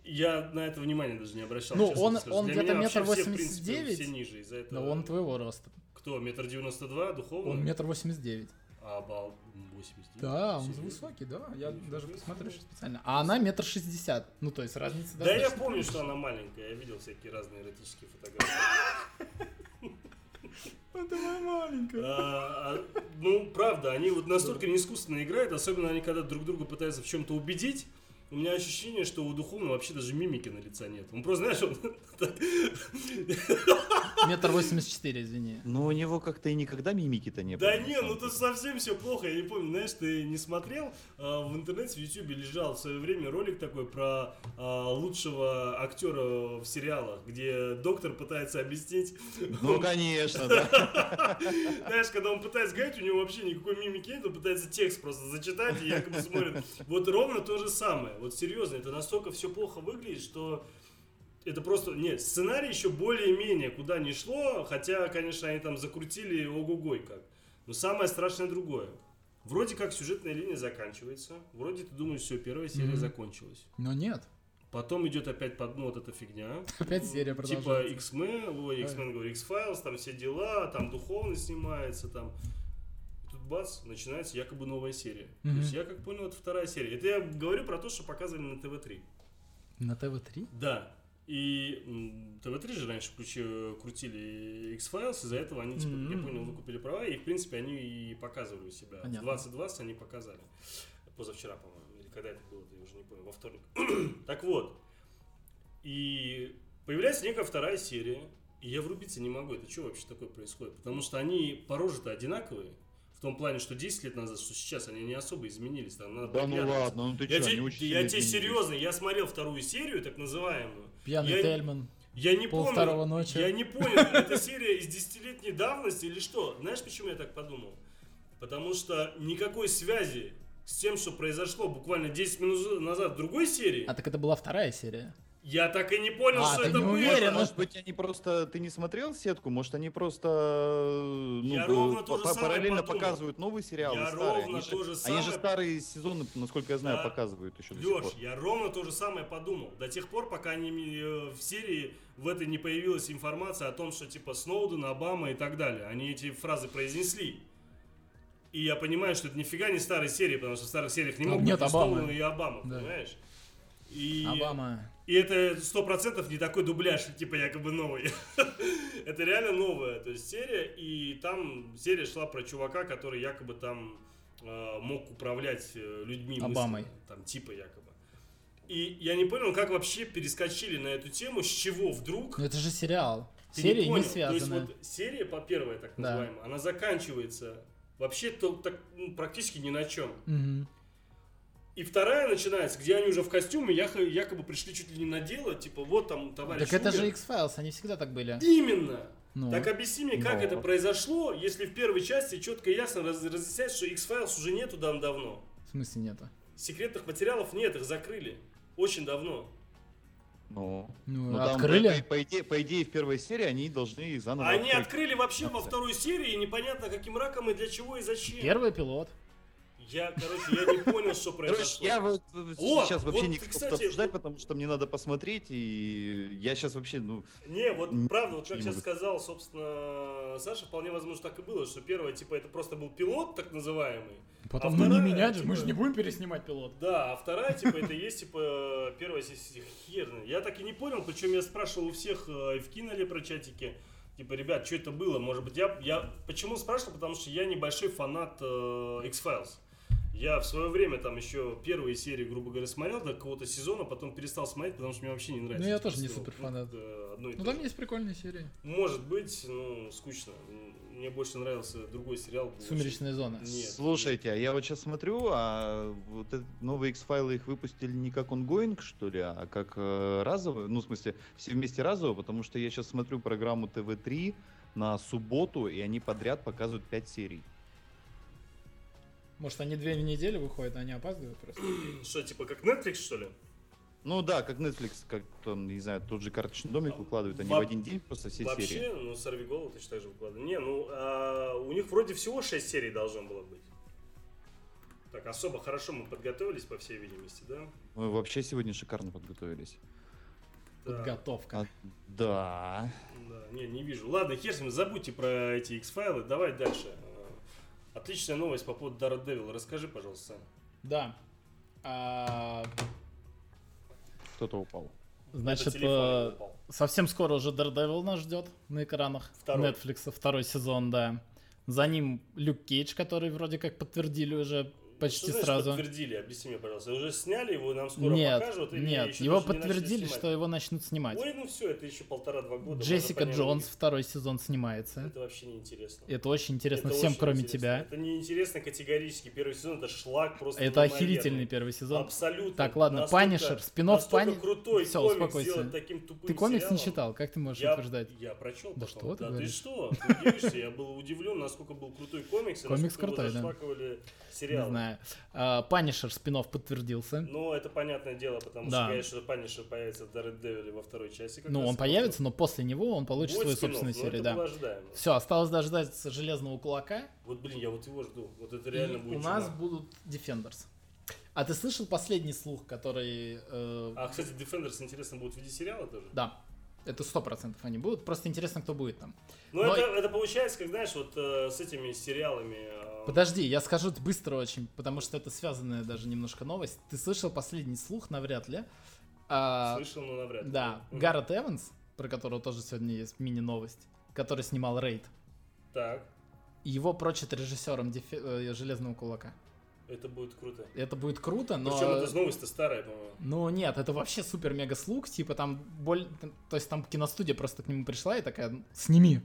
Speaker 1: Я на это внимание даже не обращал.
Speaker 2: Ну,
Speaker 1: честно
Speaker 2: он-
Speaker 1: скажу.
Speaker 2: он
Speaker 1: Для
Speaker 2: где-то
Speaker 1: меня вообще
Speaker 2: метр
Speaker 1: все, в принципе,
Speaker 2: 89.
Speaker 1: Все ниже из-за этого.
Speaker 2: Но он твоего роста.
Speaker 1: Кто, метр девяносто два, А, духовно?
Speaker 2: Он метр восемьдесят девять.
Speaker 1: Обал... 89.
Speaker 2: Да, он
Speaker 1: Ну, Серьезно?
Speaker 2: высокий, да. Я
Speaker 1: Ничего
Speaker 2: даже
Speaker 1: себе.
Speaker 2: посмотрю сейчас специально. А она метр шестьдесят. Ну, то есть разница
Speaker 1: Да я
Speaker 2: достаточно.
Speaker 1: помню, что она маленькая. Я видел всякие разные эротические фотографии.
Speaker 2: Это моя маленькая.
Speaker 1: А, а, Ну, правда, они вот настолько неискусственно играют, особенно они когда друг друга пытаются в чем-то убедить. У меня ощущение, что у духовного вообще даже мимики на лица нет. Он просто, знаешь, он так...
Speaker 2: Метр восемьдесят четыре, извини.
Speaker 3: Но у него как-то и никогда мимики-то не было.
Speaker 1: Да не, ну тут совсем все плохо. Я не помню, знаешь, ты не смотрел? а, В интернете, в Ютубе лежал в свое время ролик такой про а, лучшего актера в сериалах, где доктор пытается объяснить
Speaker 3: Ну, конечно, да.
Speaker 1: Знаешь, когда он пытается говорить, у него вообще никакой мимики нет, он пытается текст просто зачитать и якобы смотрит. Вот ровно то же самое. Вот серьезно, это настолько все плохо выглядит, что это просто... Нет, сценарий еще более-менее куда ни шло, хотя, конечно, они там закрутили ого-гой как. Но самое страшное другое. Вроде как сюжетная линия заканчивается, вроде ты думаешь, все, первая серия
Speaker 2: Мгм.
Speaker 1: закончилась.
Speaker 2: Но нет.
Speaker 1: Потом идет опять по дну вот эта фигня.
Speaker 2: Опять серия
Speaker 1: Типа
Speaker 2: продолжается.
Speaker 1: X-Men, ой, X-Men, говорю, X-Files, там все дела, там духовно снимается, там... И Тут бац, начинается якобы новая серия. То
Speaker 2: Мгм.
Speaker 1: есть я как понял, это вторая серия. Это я говорю про то, что показывали на ТВ-3.
Speaker 2: На ТВ-3?
Speaker 1: Да. И м, ТВ-3 же раньше включи- крутили X-Files, из-за этого они, типа, как я
Speaker 2: Мгм.
Speaker 1: понял, выкупили права, и, в принципе, они и показывали у себя. В
Speaker 2: Понятно.
Speaker 1: 2020 они показали. Позавчера, по-моему, или когда это было, я уже не помню, во вторник. так вот, и появляется некая вторая серия, и я врубиться не могу, это что вообще такое происходит? Потому что они по роже-то одинаковые, в том плане, что 10 лет назад, что сейчас, они не особо изменились. Там надо
Speaker 3: Да ну
Speaker 1: приглядываться.
Speaker 3: ладно, ну ты
Speaker 1: Я,
Speaker 3: чё,
Speaker 1: те-
Speaker 3: не очень
Speaker 1: я
Speaker 3: сильно
Speaker 1: тебе
Speaker 3: изменились.
Speaker 1: серьезно, я смотрел вторую серию, так называемую,
Speaker 2: Пьяный
Speaker 1: Я-
Speaker 2: Тельман.
Speaker 1: я не
Speaker 2: Пол
Speaker 1: помню.
Speaker 2: второго ночи.
Speaker 1: Я не понял, это серия из десятилетней давности или что? Знаешь, почему я так подумал? Потому что никакой связи с тем, что произошло буквально 10 минут назад в другой серии,
Speaker 2: А так это была вторая серия.
Speaker 1: я так и не понял,
Speaker 2: А,
Speaker 1: что
Speaker 2: ты
Speaker 1: это
Speaker 2: не
Speaker 1: было.
Speaker 2: уверен?
Speaker 3: Может, может быть, они просто... Ты не смотрел сетку? Может, они просто... э, ну,
Speaker 1: Я
Speaker 3: бы-
Speaker 1: ровно то же
Speaker 3: по-
Speaker 1: самое
Speaker 3: Параллельно
Speaker 1: подумал.
Speaker 3: показывают новые сериалы,
Speaker 1: Я
Speaker 3: старые.
Speaker 1: ровно
Speaker 3: Они
Speaker 1: то же
Speaker 3: же- Они
Speaker 1: самое-
Speaker 3: же старые сезоны, насколько я знаю,
Speaker 1: Да.
Speaker 3: показывают еще до сих
Speaker 1: Леш,
Speaker 3: пор.
Speaker 1: я ровно то же самое подумал. До тех пор, пока не, э, в серии в этой не появилась информация о том, что типа Сноуден, Обама и так далее. Они эти фразы произнесли. И я понимаю, что это нифига не старые серии, потому что в старых сериях не
Speaker 2: Там
Speaker 1: мог
Speaker 2: нет
Speaker 1: быть и
Speaker 2: Обамы.
Speaker 1: Сноуден и Обама,
Speaker 2: Да.
Speaker 1: понимаешь? И,
Speaker 2: Обама.
Speaker 1: и это сто процентов не такой дубляж, типа якобы новый. это реально новая, то есть серия, и там серия шла про чувака, который якобы там э, мог управлять э, людьми. мысленно,
Speaker 2: Обамой.
Speaker 1: там типа якобы. И я не понял, как вообще перескочили на эту тему, с чего вдруг.
Speaker 2: Но это же сериал.
Speaker 1: Ты
Speaker 2: Серии Ну, не
Speaker 1: понял. То
Speaker 2: связаны.
Speaker 1: есть вот серия по первой, так
Speaker 2: Да.
Speaker 1: называемая, она заканчивается вообще то, так, ну, практически ни на чем.
Speaker 2: Мгм.
Speaker 1: И вторая начинается, где они уже в костюме яко- якобы пришли чуть ли не на дело, типа вот там товарищ.
Speaker 2: Так это же
Speaker 1: умер.
Speaker 2: X-Files, они всегда так были.
Speaker 1: Именно.
Speaker 2: Ну.
Speaker 1: Так объясни мне, как
Speaker 3: Ну.
Speaker 1: это произошло, если в первой части четко и ясно раз- разъяснять, что X-Files уже нету там давно.
Speaker 2: В смысле нету?
Speaker 1: Секретных материалов нет, их закрыли. Очень давно.
Speaker 3: Ну,
Speaker 2: Ну,
Speaker 3: ну, там,
Speaker 2: открыли?
Speaker 3: по- По идее, по идее, в первой серии они должны их заново
Speaker 1: Они
Speaker 3: открыть.
Speaker 1: открыли Ну, вообще во второй серии, непонятно каким раком и для чего и зачем.
Speaker 2: Первый пилот.
Speaker 1: Я, короче, я не понял, что
Speaker 3: Короче,
Speaker 1: произошло.
Speaker 3: я вот э,
Speaker 1: Вот,
Speaker 3: сейчас вообще
Speaker 1: вот
Speaker 3: не
Speaker 1: ты,
Speaker 3: готов
Speaker 1: кстати,
Speaker 3: обсуждать, потому что мне надо посмотреть, и я сейчас вообще, ну,
Speaker 1: Не, вот
Speaker 3: М,
Speaker 1: правда, вот как
Speaker 3: не
Speaker 1: сейчас
Speaker 3: могу.
Speaker 1: сказал, собственно, Саша, вполне возможно так и было, что первое, типа, это просто был пилот, так называемый.
Speaker 2: Потом,
Speaker 1: А
Speaker 2: ну не
Speaker 1: вторая,
Speaker 2: менять же, мы же
Speaker 1: типа-
Speaker 2: не будем переснимать пилот.
Speaker 1: Да, а вторая, типа, это и есть, типа, первая сессия херня. Я так и не понял, причем я спрашивал у всех э, и в киноле про чатике, типа, ребят, что это было? Может быть, я, я... Почему спрашивал? Потому что я небольшой фанат э, X-Files. Я в свое время там еще первые серии, грубо говоря, смотрел до какого-то сезона, потом перестал смотреть, потому что мне вообще не нравится.
Speaker 2: Ну, я
Speaker 1: эти
Speaker 2: тоже не
Speaker 1: сериалы.
Speaker 2: суперфанат.
Speaker 1: Ну, э, одно и
Speaker 2: Ну
Speaker 1: то
Speaker 2: там
Speaker 1: же.
Speaker 2: есть прикольные серии.
Speaker 1: Может быть, ну, скучно. Мне больше нравился другой сериал. был
Speaker 2: Сумеречная зона.
Speaker 1: очень- Нет.
Speaker 3: слушайте, а я вот сейчас смотрю, а вот это- новые X-файлы их выпустили не как ongoing, что ли, а как э, разово, ну, в смысле, все вместе разово, потому что я сейчас смотрю программу ТВ-3 на субботу, и они подряд показывают 5 серий.
Speaker 2: Может они две недели выходят, а они опаздывают просто.
Speaker 1: Что, типа, как Netflix, что ли?
Speaker 3: Ну да, как Netflix, как там, не знаю, тот же карточный домик выкладывают, они
Speaker 1: Во-
Speaker 3: в один день просто все
Speaker 1: А, Вообще,
Speaker 3: серии.
Speaker 1: ну, сорви голову, точно так же выкладывай. Не, ну, а, у них вроде всего 6 серий должно было быть. Так, особо хорошо мы подготовились, по всей видимости, да?
Speaker 3: Мы вообще сегодня шикарно подготовились.
Speaker 2: подготовка.
Speaker 3: А, Да.
Speaker 1: Да, не, не вижу. Ладно, хер с ним, забудьте про эти X-файлы, давай дальше. Э, Отличная новость по поводу Дара Девила. Расскажи, пожалуйста, Сань.
Speaker 2: Да. А,
Speaker 3: Кто-то упал.
Speaker 2: значит,
Speaker 1: Это телефон
Speaker 2: э,
Speaker 1: упал.
Speaker 2: совсем скоро уже Daredevil нас ждет на экранах
Speaker 1: Второй.
Speaker 2: Netflix, второй сезон, да. За ним Люк Кейдж, который вроде как подтвердили уже почти
Speaker 1: Что значит
Speaker 2: сразу.
Speaker 1: подтвердили, объясни мне, пожалуйста. Уже сняли его, нам скоро
Speaker 2: нет,
Speaker 1: покажут? или
Speaker 2: нет,
Speaker 1: еще
Speaker 2: его
Speaker 1: даже не начали
Speaker 2: подтвердили,
Speaker 1: снимать?
Speaker 2: что его начнут снимать.
Speaker 1: Ой, ну все, это еще полтора-два года. можно
Speaker 2: Джессика
Speaker 1: понять.
Speaker 2: Джонс второй сезон снимается.
Speaker 1: Это вообще не интересно.
Speaker 2: Это очень интересно
Speaker 1: Это
Speaker 2: всем,
Speaker 1: очень
Speaker 2: кроме
Speaker 1: интересно.
Speaker 2: тебя.
Speaker 1: Это неинтересно категорически. Первый сезон это шлак просто.
Speaker 2: Это
Speaker 1: неимоверный.
Speaker 2: охерительный первый сезон.
Speaker 1: Абсолютно.
Speaker 2: Так, ладно, Punisher, спин-офф
Speaker 1: настолько
Speaker 2: Punisher.
Speaker 1: крутой
Speaker 2: Всё,
Speaker 1: комикс
Speaker 2: успокойся.
Speaker 1: сделать таким тупым
Speaker 2: Ты комикс не
Speaker 1: сериалом.
Speaker 2: читал, как ты можешь
Speaker 1: Я,
Speaker 2: утверждать?
Speaker 1: я прочел.
Speaker 2: Да
Speaker 1: потом.
Speaker 2: что ты
Speaker 1: да ты
Speaker 2: говоришь?
Speaker 1: что? Ты удивишься, я был удивлен, насколько был крутой комикс. и
Speaker 2: Комикс
Speaker 1: насколько его
Speaker 2: крутой, да.
Speaker 1: зашлакивали
Speaker 2: Не
Speaker 1: сериалом.
Speaker 2: знаю. А, Панишер спинов подтвердился.
Speaker 1: Но это понятное дело, потому
Speaker 2: Да.
Speaker 1: что, конечно, Punisher появится в Daredevil во второй части. как
Speaker 2: Ну,
Speaker 1: раз.
Speaker 2: он появится, но после него он получит свою
Speaker 1: Будет спин-офф,
Speaker 2: собственную
Speaker 1: но
Speaker 2: серию,
Speaker 1: это
Speaker 2: да.
Speaker 1: было ожидаемо.
Speaker 2: Все, осталось дождать железного кулака.
Speaker 1: Вот, блин, я вот его жду. Вот это
Speaker 2: и
Speaker 1: реально будет
Speaker 2: у нас
Speaker 1: чума.
Speaker 2: будут Defenders. А ты слышал последний слух, который... э,
Speaker 1: А, кстати, Defenders, интересно, будет в виде сериала тоже?
Speaker 2: Да, это сто процентов они будут. Просто интересно, кто будет там.
Speaker 1: Ну,
Speaker 2: Но-
Speaker 1: это, это получается, как, знаешь, вот э, с этими сериалами... э,
Speaker 2: Подожди, я скажу это быстро очень, потому что это связанная даже немножко новость. Ты слышал последний слух, навряд ли. А,
Speaker 1: Слышал, но навряд ли.
Speaker 2: Да,
Speaker 1: Мгм.
Speaker 2: Гаррет Эванс, про которого тоже сегодня есть мини-новость, который снимал Рейд,
Speaker 1: Так,
Speaker 2: его прочат режиссером дефе- э, Железного Кулака.
Speaker 1: это будет круто.
Speaker 2: Это будет круто, но...
Speaker 1: Причем это новость-то старая, по-моему.
Speaker 2: Ну нет, это вообще супер-мега слуг, типа там боль... То есть там киностудия просто к нему пришла и такая, «Ну, сними.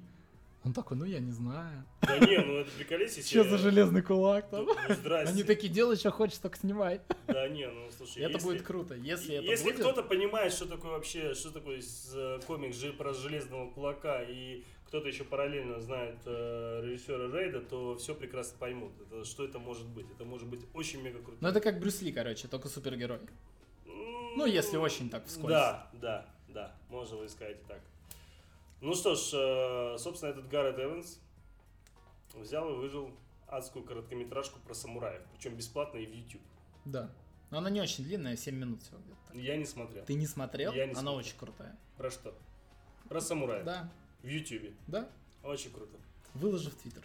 Speaker 2: Он такой, ну я не знаю.
Speaker 1: Да не, ну это приколись, если...
Speaker 2: Че за Железный Кулак
Speaker 1: Ну,
Speaker 2: там?
Speaker 1: ну, здрасте.
Speaker 2: Они такие, делай, что хочешь, только снимай.
Speaker 1: Да не, ну слушай,
Speaker 2: Это
Speaker 1: если-
Speaker 2: будет круто, если это
Speaker 1: Если
Speaker 2: будет.
Speaker 1: кто-то понимает, что такое вообще, что такое с- э, комикс же- про железного кулака, и кто-то еще параллельно знает э, режиссера Рейда, то все прекрасно поймут. Это- что это может быть? Это может быть очень мега круто.
Speaker 2: Ну это как Брюс Ли, короче, только супергерой. ну, если очень так вскользь.
Speaker 1: Да, да, да. Можно вы сказать и так. Ну что ж, э, собственно, этот Гаррет Эванс взял и выжил адскую короткометражку про самураев, причем бесплатно и в YouTube.
Speaker 2: Да. Но она не очень длинная, 7 минут всего где-то.
Speaker 1: Я не смотрел.
Speaker 2: Ты не смотрел?
Speaker 1: Я не
Speaker 2: Она
Speaker 1: смотрел.
Speaker 2: очень крутая.
Speaker 1: Про что? Про самураев.
Speaker 2: Да,
Speaker 1: В YouTube.
Speaker 2: да.
Speaker 1: Очень круто.
Speaker 2: Выложи в Твиттер.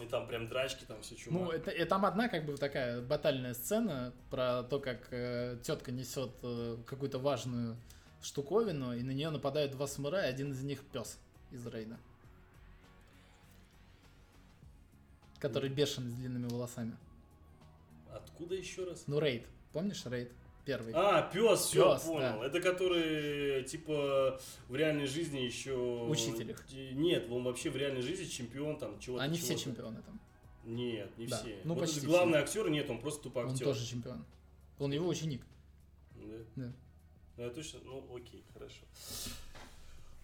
Speaker 1: И там прям драчки, там все чума.
Speaker 2: Ну, это, и там одна как бы такая батальная сцена про то, как тетка несет э, какую-то важную штуковину, и на нее нападают два самурая, один из них пес из рейда. Который бешен с длинными волосами.
Speaker 1: Откуда еще раз?
Speaker 2: Ну, рейд. Помнишь рейд? Первый.
Speaker 1: А, пес, все,
Speaker 2: Пёс,
Speaker 1: понял.
Speaker 2: да.
Speaker 1: Это который, типа, в реальной жизни еще...
Speaker 2: Учитель их.
Speaker 1: Нет, он вообще в реальной жизни чемпион там чего-то.
Speaker 2: Они все
Speaker 1: чего-то.
Speaker 2: чемпионы там.
Speaker 1: Нет, не
Speaker 2: Да.
Speaker 1: все.
Speaker 2: Ну,
Speaker 1: Вот
Speaker 2: почти
Speaker 1: этот главный актер, нет, он просто тупо
Speaker 2: Он
Speaker 1: актер.
Speaker 2: тоже чемпион. Он его ученик.
Speaker 1: Да?
Speaker 2: Да.
Speaker 1: Ну, я точно, ну, окей, хорошо.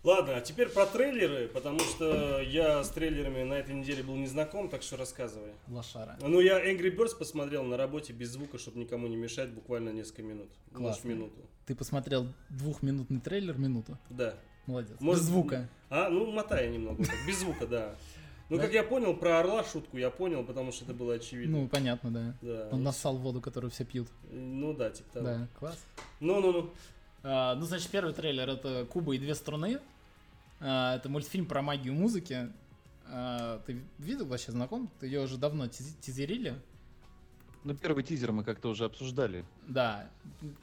Speaker 1: Ладно, а теперь про трейлеры, потому что я с трейлерами на этой неделе был не знаком, так что рассказывай.
Speaker 2: Лошара.
Speaker 1: Ну, я Angry Birds посмотрел на работе без звука, чтобы никому не мешать, буквально несколько минут. Может,
Speaker 2: Классно.
Speaker 1: минуту.
Speaker 2: Ты посмотрел двухминутный трейлер минуту.
Speaker 1: Да.
Speaker 2: Молодец.
Speaker 1: Может,
Speaker 2: Без звука.
Speaker 1: А, ну, мотай немного, так, без звука, да. Ну, как я понял, про орла шутку я понял, потому что это было очевидно.
Speaker 2: Ну, понятно, да.
Speaker 1: да.
Speaker 2: Он нассал воду, которую все пьют.
Speaker 1: Ну, да, типа того. Ну,
Speaker 2: Да, класс.
Speaker 1: Ну-ну-ну.
Speaker 2: А, ну, значит, первый трейлер это Куба и две струны. А, это мультфильм про магию музыки. А, ты видел вообще знаком? Ты ее уже давно тиз- тизерили.
Speaker 3: Ну, первый тизер мы как-то уже обсуждали.
Speaker 2: Да,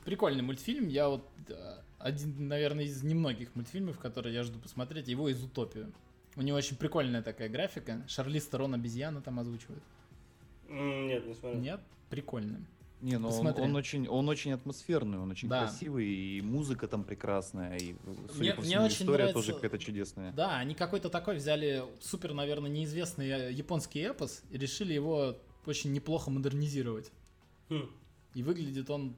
Speaker 2: прикольный мультфильм. Я вот э, один, наверное, из немногих мультфильмов, которые я жду посмотреть, его из Утопию. У него очень прикольная такая графика. Шарли Сторон обезьяна там озвучивает.
Speaker 1: М, Нет, не смотрел.
Speaker 2: Нет? Прикольно.
Speaker 3: Не, ну он,
Speaker 2: Посмотри.
Speaker 3: он очень, он очень атмосферный, он очень
Speaker 2: Да.
Speaker 3: красивый, и музыка там прекрасная, и
Speaker 2: Мне-
Speaker 3: судя по
Speaker 2: мне
Speaker 3: всему,
Speaker 2: очень
Speaker 3: история
Speaker 2: нравится-
Speaker 3: тоже какая-то чудесная.
Speaker 2: Да, они какой-то такой взяли супер, наверное, неизвестный э, японский эпос и решили его очень неплохо модернизировать.
Speaker 1: Хм.
Speaker 2: И выглядит он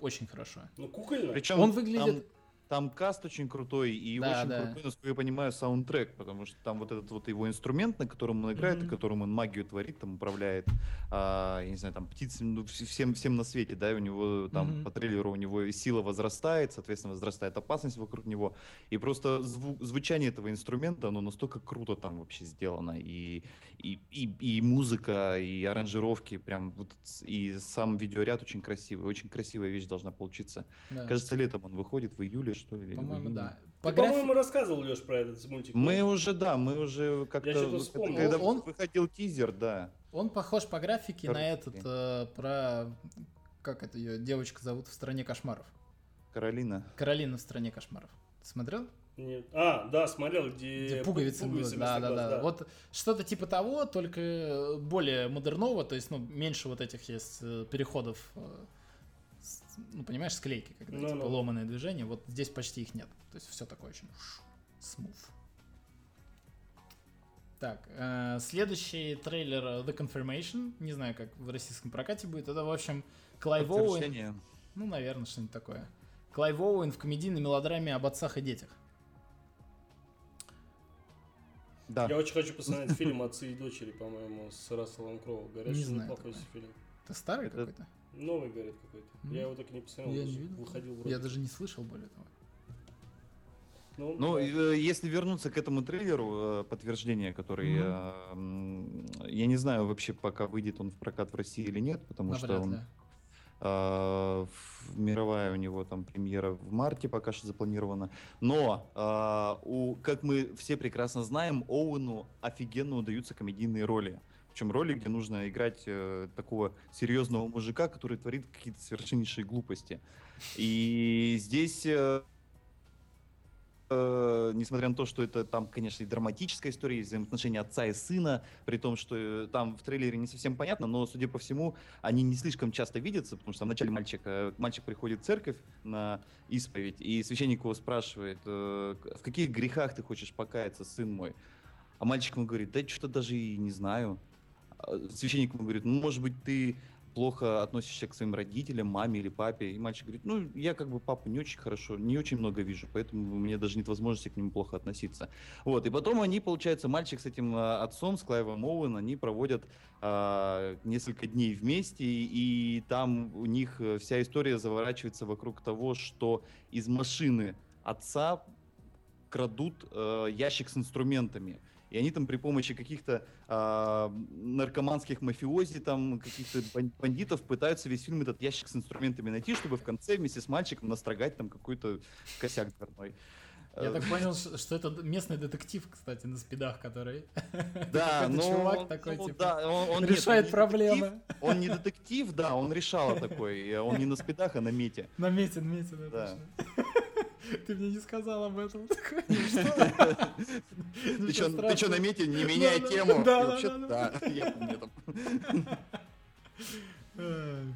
Speaker 2: очень хорошо.
Speaker 1: Ну, кукольно.
Speaker 3: Причем
Speaker 2: Он выглядит-
Speaker 3: Там, там каст очень крутой, и
Speaker 2: Да,
Speaker 3: очень
Speaker 2: да.
Speaker 3: крутой, насколько я понимаю, саундтрек, потому что там вот этот вот его инструмент, на котором он играет, и
Speaker 2: Мгм.
Speaker 3: которым он магию творит, там управляет, а, я не знаю, там птицами, ну, вс- всем, всем на свете, да, и у него там
Speaker 2: Мгм.
Speaker 3: по трейлеру у него и сила возрастает, соответственно, возрастает опасность вокруг него, и просто зву- звучание этого инструмента, оно настолько круто там вообще сделано, и, и, и, и музыка, и аранжировки, прям вот, с- и сам видеоряд очень красивый, очень красивая вещь должна получиться.
Speaker 2: Да.
Speaker 3: Кажется, летом он выходит, в июле, что ли?
Speaker 2: По-моему,
Speaker 3: Или-
Speaker 2: да. По
Speaker 1: Ты,
Speaker 2: графи-
Speaker 1: Ну, по-моему, рассказывал, Лёш, про этот мультик.
Speaker 3: Мы уже, да, мы уже
Speaker 1: Я
Speaker 3: как-то...
Speaker 1: что-то вспомнил.
Speaker 3: Когда
Speaker 2: Он-
Speaker 3: выходил тизер, да.
Speaker 2: Он похож по графике на этот
Speaker 3: Картинки.
Speaker 2: э, про как это ее девочка зовут в стране кошмаров.
Speaker 3: Каролина.
Speaker 2: Каролина в стране кошмаров. Ты смотрел?
Speaker 1: Нет. А, да, смотрел, где...
Speaker 2: Где пуговицы,
Speaker 1: пу-
Speaker 2: были, да,
Speaker 1: вместо
Speaker 2: да,
Speaker 1: глаз,
Speaker 2: да, Вот что-то типа того, только э, более модерного, то есть, ну, меньше вот этих есть э, переходов, э, с- ну, понимаешь, склейки, когда
Speaker 1: Ну,
Speaker 2: типа
Speaker 1: ну.
Speaker 2: ломаные движения, вот здесь почти их нет. То есть все такое очень уж смуф. Так, э, следующий трейлер э, The Confirmation, не знаю, как в российском прокате будет, это, в общем, Клайв Оуэн,
Speaker 3: Подтверждение.
Speaker 2: ну, наверное, что-нибудь такое. Клайв Оуэн в комедийной мелодраме об отцах и детях.
Speaker 3: Да.
Speaker 1: Я очень хочу посмотреть фильм «Отцы и дочери», по-моему, с Расселом Кроу. Говорят,
Speaker 2: Не
Speaker 1: что
Speaker 2: знаю
Speaker 1: неплохой
Speaker 2: такое.
Speaker 1: фильм.
Speaker 2: Это старый
Speaker 3: Это-
Speaker 2: какой-то?
Speaker 1: Новый, говорит, какой-то.
Speaker 2: М.
Speaker 1: Я его так и не посмотрел.
Speaker 2: Я
Speaker 1: он
Speaker 2: не
Speaker 1: же
Speaker 2: видел.
Speaker 1: Выходил вроде.
Speaker 2: Я даже не слышал более того.
Speaker 1: Ну,
Speaker 3: Ну,
Speaker 1: да.
Speaker 3: э, если вернуться к этому трейлеру, э, подтверждение, который,
Speaker 2: Мгм.
Speaker 3: э, м, я не знаю вообще, пока выйдет он в прокат в России или нет, потому что
Speaker 2: Навряд
Speaker 3: он,
Speaker 2: ли.
Speaker 3: э, в- мировая у него там премьера в марте пока что запланирована. Но, э, у, как мы все прекрасно знаем, Оуэну офигенно удаются комедийные роли. Причем роли, где нужно играть э, такого серьезного мужика, который творит какие-то совершеннейшие глупости. И здесь э, э, несмотря на то, что это там, конечно, и драматическая история, и взаимоотношения отца и сына, при том, что э, там в трейлере не совсем понятно, но, судя по всему, они не слишком часто видятся, потому что вначале мальчик, э, мальчик приходит в церковь на исповедь, и священник его спрашивает, э, к- в каких грехах ты хочешь покаяться, сын мой? А мальчик ему говорит, да что-то даже и не знаю. А Священник ему говорит, ну, может быть, ты плохо относишься к своим родителям, маме или папе. И мальчик говорит, ну, я как бы папу не очень хорошо, не очень много вижу, поэтому у меня даже нет возможности к нему плохо относиться. Вот, и потом они, получается, мальчик с этим э, отцом, с Клайвом Оуэн, они проводят а, несколько дней вместе, и там у них э, вся история заворачивается вокруг того, что из машины отца крадут э, ящик с инструментами. И они там при помощи каких-то а, наркоманских мафиози, там каких-то бан- бандитов пытаются весь фильм этот ящик с инструментами найти, чтобы в конце вместе с мальчиком настрогать там какой-то косяк дверной.
Speaker 2: Я
Speaker 3: Э,
Speaker 2: так понял, ш- что это д- местный детектив, кстати, на спидах, который
Speaker 3: Да,
Speaker 2: какой-то
Speaker 3: но
Speaker 2: чувак
Speaker 3: он-
Speaker 2: такой,
Speaker 3: ну,
Speaker 2: типа,
Speaker 3: да, он- он- нет, он
Speaker 2: решает
Speaker 3: не детектив,
Speaker 2: проблемы.
Speaker 3: Он не детектив, да, он решала такой. э, Он не на спидах, а на мете.
Speaker 2: Наметен, метен, это
Speaker 3: Да.
Speaker 2: точно. Ты мне не сказал об этом. Такой, «Ну что?» Ну,
Speaker 3: Ты
Speaker 2: ничего
Speaker 3: что, на
Speaker 2: страшного.
Speaker 3: мете, не меняя
Speaker 2: Да, да,
Speaker 3: тему?
Speaker 2: да,
Speaker 3: И
Speaker 2: да,
Speaker 3: вообще-то
Speaker 2: да, Ну
Speaker 3: да, я помню это.
Speaker 2: Э, Ну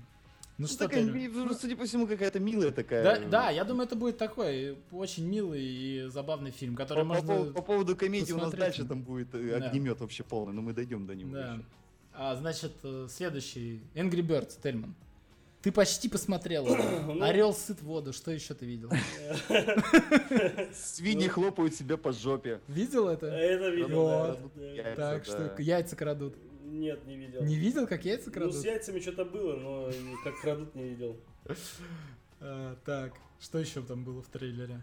Speaker 3: Ну,
Speaker 2: что
Speaker 3: такая,
Speaker 2: ты?
Speaker 3: ми- Судя по всему, какая-то милая такая.
Speaker 2: Да,
Speaker 3: э,
Speaker 2: да, я думаю, это будет такой очень милый и забавный фильм,
Speaker 3: По,
Speaker 2: который
Speaker 3: по пов-
Speaker 2: можно...
Speaker 3: по поводу комедии у нас
Speaker 2: посмотреть.
Speaker 3: дальше там будет э,
Speaker 2: Да.
Speaker 3: огнемет вообще полный, но мы дойдем до него.
Speaker 2: Да.
Speaker 3: еще.
Speaker 2: А, значит, э, следующий. Angry Birds, Тельман. Ты почти посмотрел.
Speaker 1: Ну.
Speaker 2: Орел сыт воду. Что еще ты видел?
Speaker 3: Свиньи
Speaker 1: Ну.
Speaker 3: хлопают себя по жопе.
Speaker 2: Видел это?
Speaker 1: а Это видел, да,
Speaker 2: Вот.
Speaker 1: Э, да.
Speaker 3: Я-
Speaker 2: Так
Speaker 3: да.
Speaker 2: что яйца крадут.
Speaker 1: Нет, не видел.
Speaker 2: Не видел, как яйца
Speaker 1: Ну,
Speaker 2: крадут?
Speaker 1: с яйцами что-то было, но и как крадут, не видел.
Speaker 2: А, так, что еще там было в трейлере?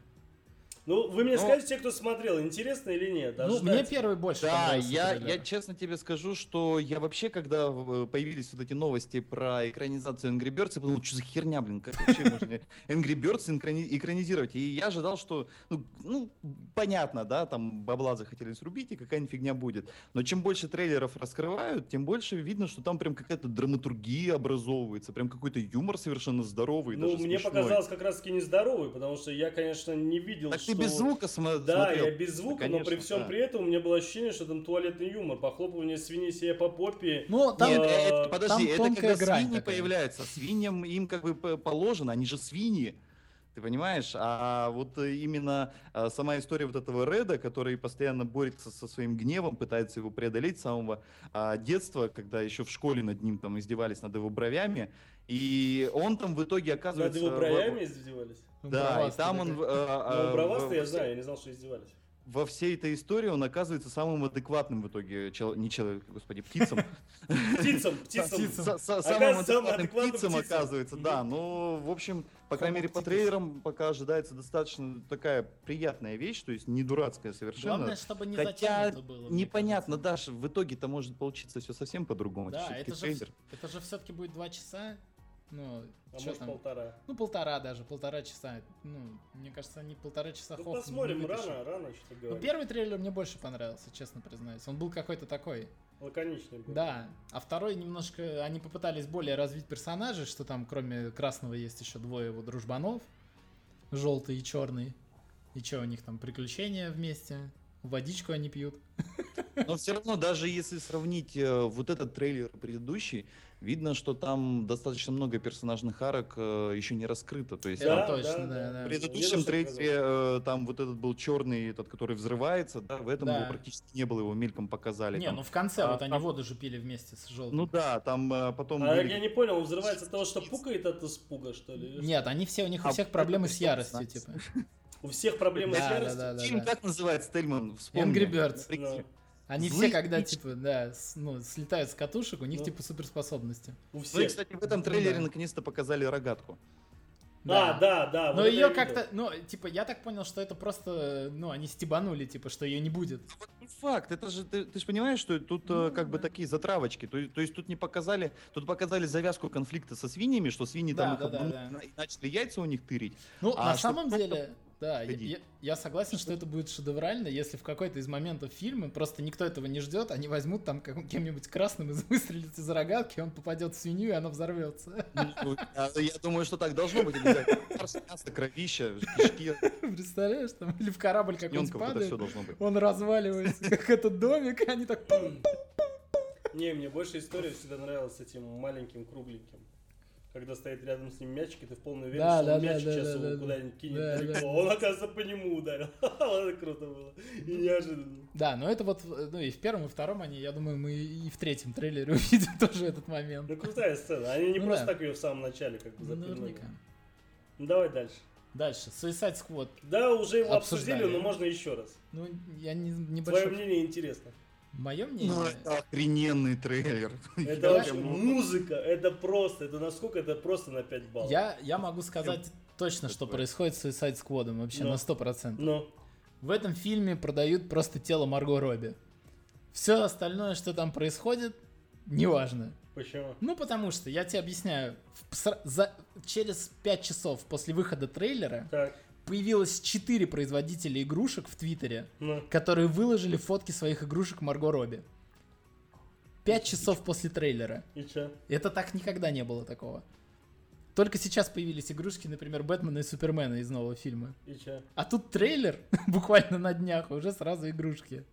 Speaker 1: Ну, вы мне
Speaker 3: Ну.
Speaker 1: скажете, кто смотрел, интересно или нет? а
Speaker 2: ну,
Speaker 1: ждать?
Speaker 2: мне первый больше
Speaker 3: Да,
Speaker 2: понравился
Speaker 3: я,
Speaker 2: трейлер.
Speaker 3: я честно тебе скажу, что я вообще, когда э, появились вот эти новости про экранизацию Angry Birds, я подумал, что за херня, блин, как вообще можно Angry Birds инкрани- экранизировать? И я ожидал, что, ну, ну, понятно, да, там бабла захотели срубить, и какая-нибудь фигня будет. Но чем больше трейлеров раскрывают, тем больше видно, что там прям какая-то драматургия образовывается, прям какой-то юмор совершенно здоровый,
Speaker 1: Ну,
Speaker 3: даже
Speaker 1: мне
Speaker 3: смешной.
Speaker 1: показалось как раз-таки нездоровый, потому что я, конечно, не видел,
Speaker 3: Так
Speaker 1: что...
Speaker 3: ты без звука смо-
Speaker 1: Да,
Speaker 3: смотрел?
Speaker 1: я без звука, но при
Speaker 3: конечно,
Speaker 1: всем
Speaker 3: да.
Speaker 1: при этом у меня было ощущение, что там туалетный юмор, похлопывание свиньи себе по попе.
Speaker 2: Ну, там...
Speaker 3: Нет,
Speaker 1: э,
Speaker 3: э, это-
Speaker 1: там
Speaker 3: подожди, это
Speaker 2: тонкая
Speaker 3: когда
Speaker 2: грань
Speaker 3: свиньи
Speaker 2: такая.
Speaker 3: появляются. Свиньям им как бы п- положено, они же свиньи. Ты понимаешь? А вот э, именно э, сама история вот этого Реда, который постоянно борется со своим гневом, пытается его преодолеть с самого а, детства, когда еще в школе над ним там издевались над его бровями. И он там в итоге
Speaker 1: Над
Speaker 3: оказывается...
Speaker 1: его
Speaker 3: в-
Speaker 1: бровями издевались.
Speaker 2: Ну,
Speaker 3: Да, и там он... в- э, э,
Speaker 1: Ну,
Speaker 3: в-
Speaker 1: бровастый я
Speaker 3: в-
Speaker 1: знаю, я не знал, что издевались.
Speaker 3: во всей этой истории он оказывается самым адекватным в итоге, чел- не человек, господи, птицам.
Speaker 1: Птицам, птицам.
Speaker 3: Са- са-
Speaker 1: Оказывается,
Speaker 3: Самым адекватным
Speaker 1: адекватным
Speaker 3: птицам
Speaker 1: птицам.
Speaker 3: оказывается, да. Но, в общем, по крайней мере, по
Speaker 2: Homo
Speaker 3: трейлерам пока ожидается достаточно такая приятная вещь, то есть не дурацкая
Speaker 2: Главное,
Speaker 3: совершенно.
Speaker 2: чтобы не
Speaker 3: Хотя
Speaker 2: затянуто было. мне
Speaker 3: Непонятно,
Speaker 2: кажется.
Speaker 3: Даша, в итоге-то может получиться все совсем по-другому.
Speaker 2: Да,
Speaker 3: всё-таки
Speaker 2: это же,
Speaker 3: трейлер.
Speaker 2: это же все-таки будет два часа. Ну,
Speaker 1: А
Speaker 2: чё
Speaker 1: может
Speaker 2: там?
Speaker 1: полтора.
Speaker 2: Ну, полтора даже, полтора часа. Ну, мне кажется, они полтора часа
Speaker 1: Ну,
Speaker 2: Хоффмана не
Speaker 1: посмотрим,
Speaker 2: вытащат.
Speaker 1: рано, рано что-то
Speaker 2: Ну,
Speaker 1: говорить.
Speaker 2: первый трейлер мне больше понравился, честно признаюсь. Он был какой-то такой.
Speaker 1: Лаконичный был.
Speaker 2: Да. А второй немножко... Они попытались более развить персонажей, что там кроме красного есть еще двое его дружбанов. Желтый и черный. И что, у них там приключения вместе. Водичку они пьют.
Speaker 3: Но все равно, даже если сравнить э, вот этот трейлер и предыдущий, видно, что там достаточно много персонажных арок э, еще не раскрыто. То есть
Speaker 2: Это
Speaker 3: там
Speaker 1: Да,
Speaker 2: точно,
Speaker 1: да,
Speaker 2: да,
Speaker 3: в
Speaker 2: да.
Speaker 1: Я тоже
Speaker 3: предыдущем
Speaker 1: так
Speaker 3: трейлере э, там вот этот был черный, этот, который взрывается, да, в этом
Speaker 2: Да.
Speaker 3: его практически не было, его мельком показали.
Speaker 2: Не,
Speaker 3: там.
Speaker 2: ну в конце
Speaker 3: А,
Speaker 2: вот они
Speaker 3: там-
Speaker 2: воду же пили вместе с желтым.
Speaker 3: Ну да, там э, потом...
Speaker 1: А
Speaker 3: были-
Speaker 1: я не понял, он взрывается от того, что пукает от испуга, что ли? или
Speaker 2: Нет, они все, у них у
Speaker 3: А
Speaker 2: всех
Speaker 3: вот
Speaker 2: проблемы
Speaker 3: это
Speaker 2: с
Speaker 3: что,
Speaker 2: яростью,
Speaker 3: знаете?
Speaker 2: типа.
Speaker 1: что? У всех проблемы с
Speaker 2: Да, да,
Speaker 1: яростью?
Speaker 2: да, да,
Speaker 3: Фильм
Speaker 2: да.
Speaker 3: как называется, Тельман? Вспомни.
Speaker 2: Angry Birds.
Speaker 3: Прикинь.
Speaker 2: Они все,
Speaker 3: Злые
Speaker 2: когда,
Speaker 3: птички.
Speaker 2: типа, да, с- ну, слетают с катушек, у них,
Speaker 1: Ну.
Speaker 2: типа, суперспособности.
Speaker 1: У
Speaker 3: Ну и,
Speaker 1: всех.
Speaker 3: кстати, в этом трейлере
Speaker 2: Да.
Speaker 3: наконец-то показали рогатку.
Speaker 1: Да, А, да, да.
Speaker 2: Но
Speaker 1: вот это я
Speaker 2: ее
Speaker 1: видел.
Speaker 2: как-то, ну, типа, я так понял, что это просто, ну, они стебанули, типа, что ее не будет.
Speaker 3: Вот не Ну, факт, это же, ты, ты же понимаешь, что тут э,
Speaker 2: Ну
Speaker 3: как бы
Speaker 2: да.
Speaker 3: такие затравочки, то, е- то есть тут не показали, тут показали завязку конфликта со свиньями, что свиньи
Speaker 2: Да,
Speaker 3: там
Speaker 2: да,
Speaker 3: их
Speaker 2: да,
Speaker 3: обманули и начали яйца у них тырить.
Speaker 2: Ну,
Speaker 3: А
Speaker 2: на
Speaker 3: что
Speaker 2: самом
Speaker 3: просто
Speaker 2: деле, да, я,
Speaker 3: ходить?
Speaker 2: я- я согласен, что это будет шедеврально, если в какой-то из моментов фильма просто никто этого не ждет, они возьмут там каким- кем-нибудь красным и выстрелят из рогатки, он попадет в свинью, и она взорвется.
Speaker 3: Ну, Я я думаю, что так должно быть обязательно. Фарш, Мясо, кровища, кишки,
Speaker 2: Представляешь, там, или в корабль какой-нибудь
Speaker 3: ягненков, это все
Speaker 2: падает, Ну,
Speaker 3: должно быть.
Speaker 2: он разваливается, как этот домик, они так... пум.
Speaker 1: Не, мне больше история всегда нравилась с этим маленьким кругленьким. Когда стоит рядом с ним мячик, и ты в полной уверенности,
Speaker 2: Да,
Speaker 1: что
Speaker 2: да,
Speaker 1: он
Speaker 2: да,
Speaker 1: мячик
Speaker 2: да,
Speaker 1: сейчас
Speaker 2: да,
Speaker 1: его
Speaker 2: да, да.
Speaker 1: куда-нибудь кинет
Speaker 2: Да,
Speaker 1: далеко.
Speaker 2: да.
Speaker 1: Он, оказывается, по нему ударил. Это круто было. И неожиданно.
Speaker 2: Да, но это вот, ну и в первом, и втором они, я думаю, мы и в третьем трейлере увидим тоже этот момент.
Speaker 1: Ну, крутая сцена. Они не
Speaker 2: Ну
Speaker 1: просто
Speaker 2: да.
Speaker 1: так ее в самом начале как бы запинули.
Speaker 2: Наверняка.
Speaker 1: Ну, давай дальше.
Speaker 2: Дальше, Suicide Squad.
Speaker 1: Да, уже его обсудили,
Speaker 2: Обсуждали.
Speaker 1: но можно еще раз.
Speaker 2: Ну, я не,
Speaker 1: Твое
Speaker 2: небольшой...
Speaker 1: мнение интересно.
Speaker 2: Мое мнение?
Speaker 3: Ну, это охрененный трейлер.
Speaker 1: Это
Speaker 2: Я
Speaker 1: вообще
Speaker 3: прям-
Speaker 1: музыка, это просто, это насколько это просто на 5 баллов.
Speaker 2: Я, я могу сказать точно, что
Speaker 3: Такое.
Speaker 2: происходит с Suicide Squad вообще
Speaker 1: Ну.
Speaker 2: на 100%.
Speaker 1: Ну,
Speaker 2: В этом фильме продают просто тело Марго Робби. Все остальное, что там происходит, неважно.
Speaker 1: почему?
Speaker 2: Ну, потому что, я тебе объясняю, в сра- за- через 5 часов после выхода трейлера
Speaker 1: Так,
Speaker 2: появилось 4 производителя игрушек в Твиттере,
Speaker 1: ну,
Speaker 2: которые выложили фотки своих игрушек Марго Робби. Пять часов после трейлера.
Speaker 1: и че?
Speaker 2: Это так никогда не было такого. Только сейчас появились игрушки, например, Бэтмена и Супермена из нового фильма.
Speaker 1: И че?
Speaker 2: А тут трейлер буквально на днях, и уже сразу игрушки.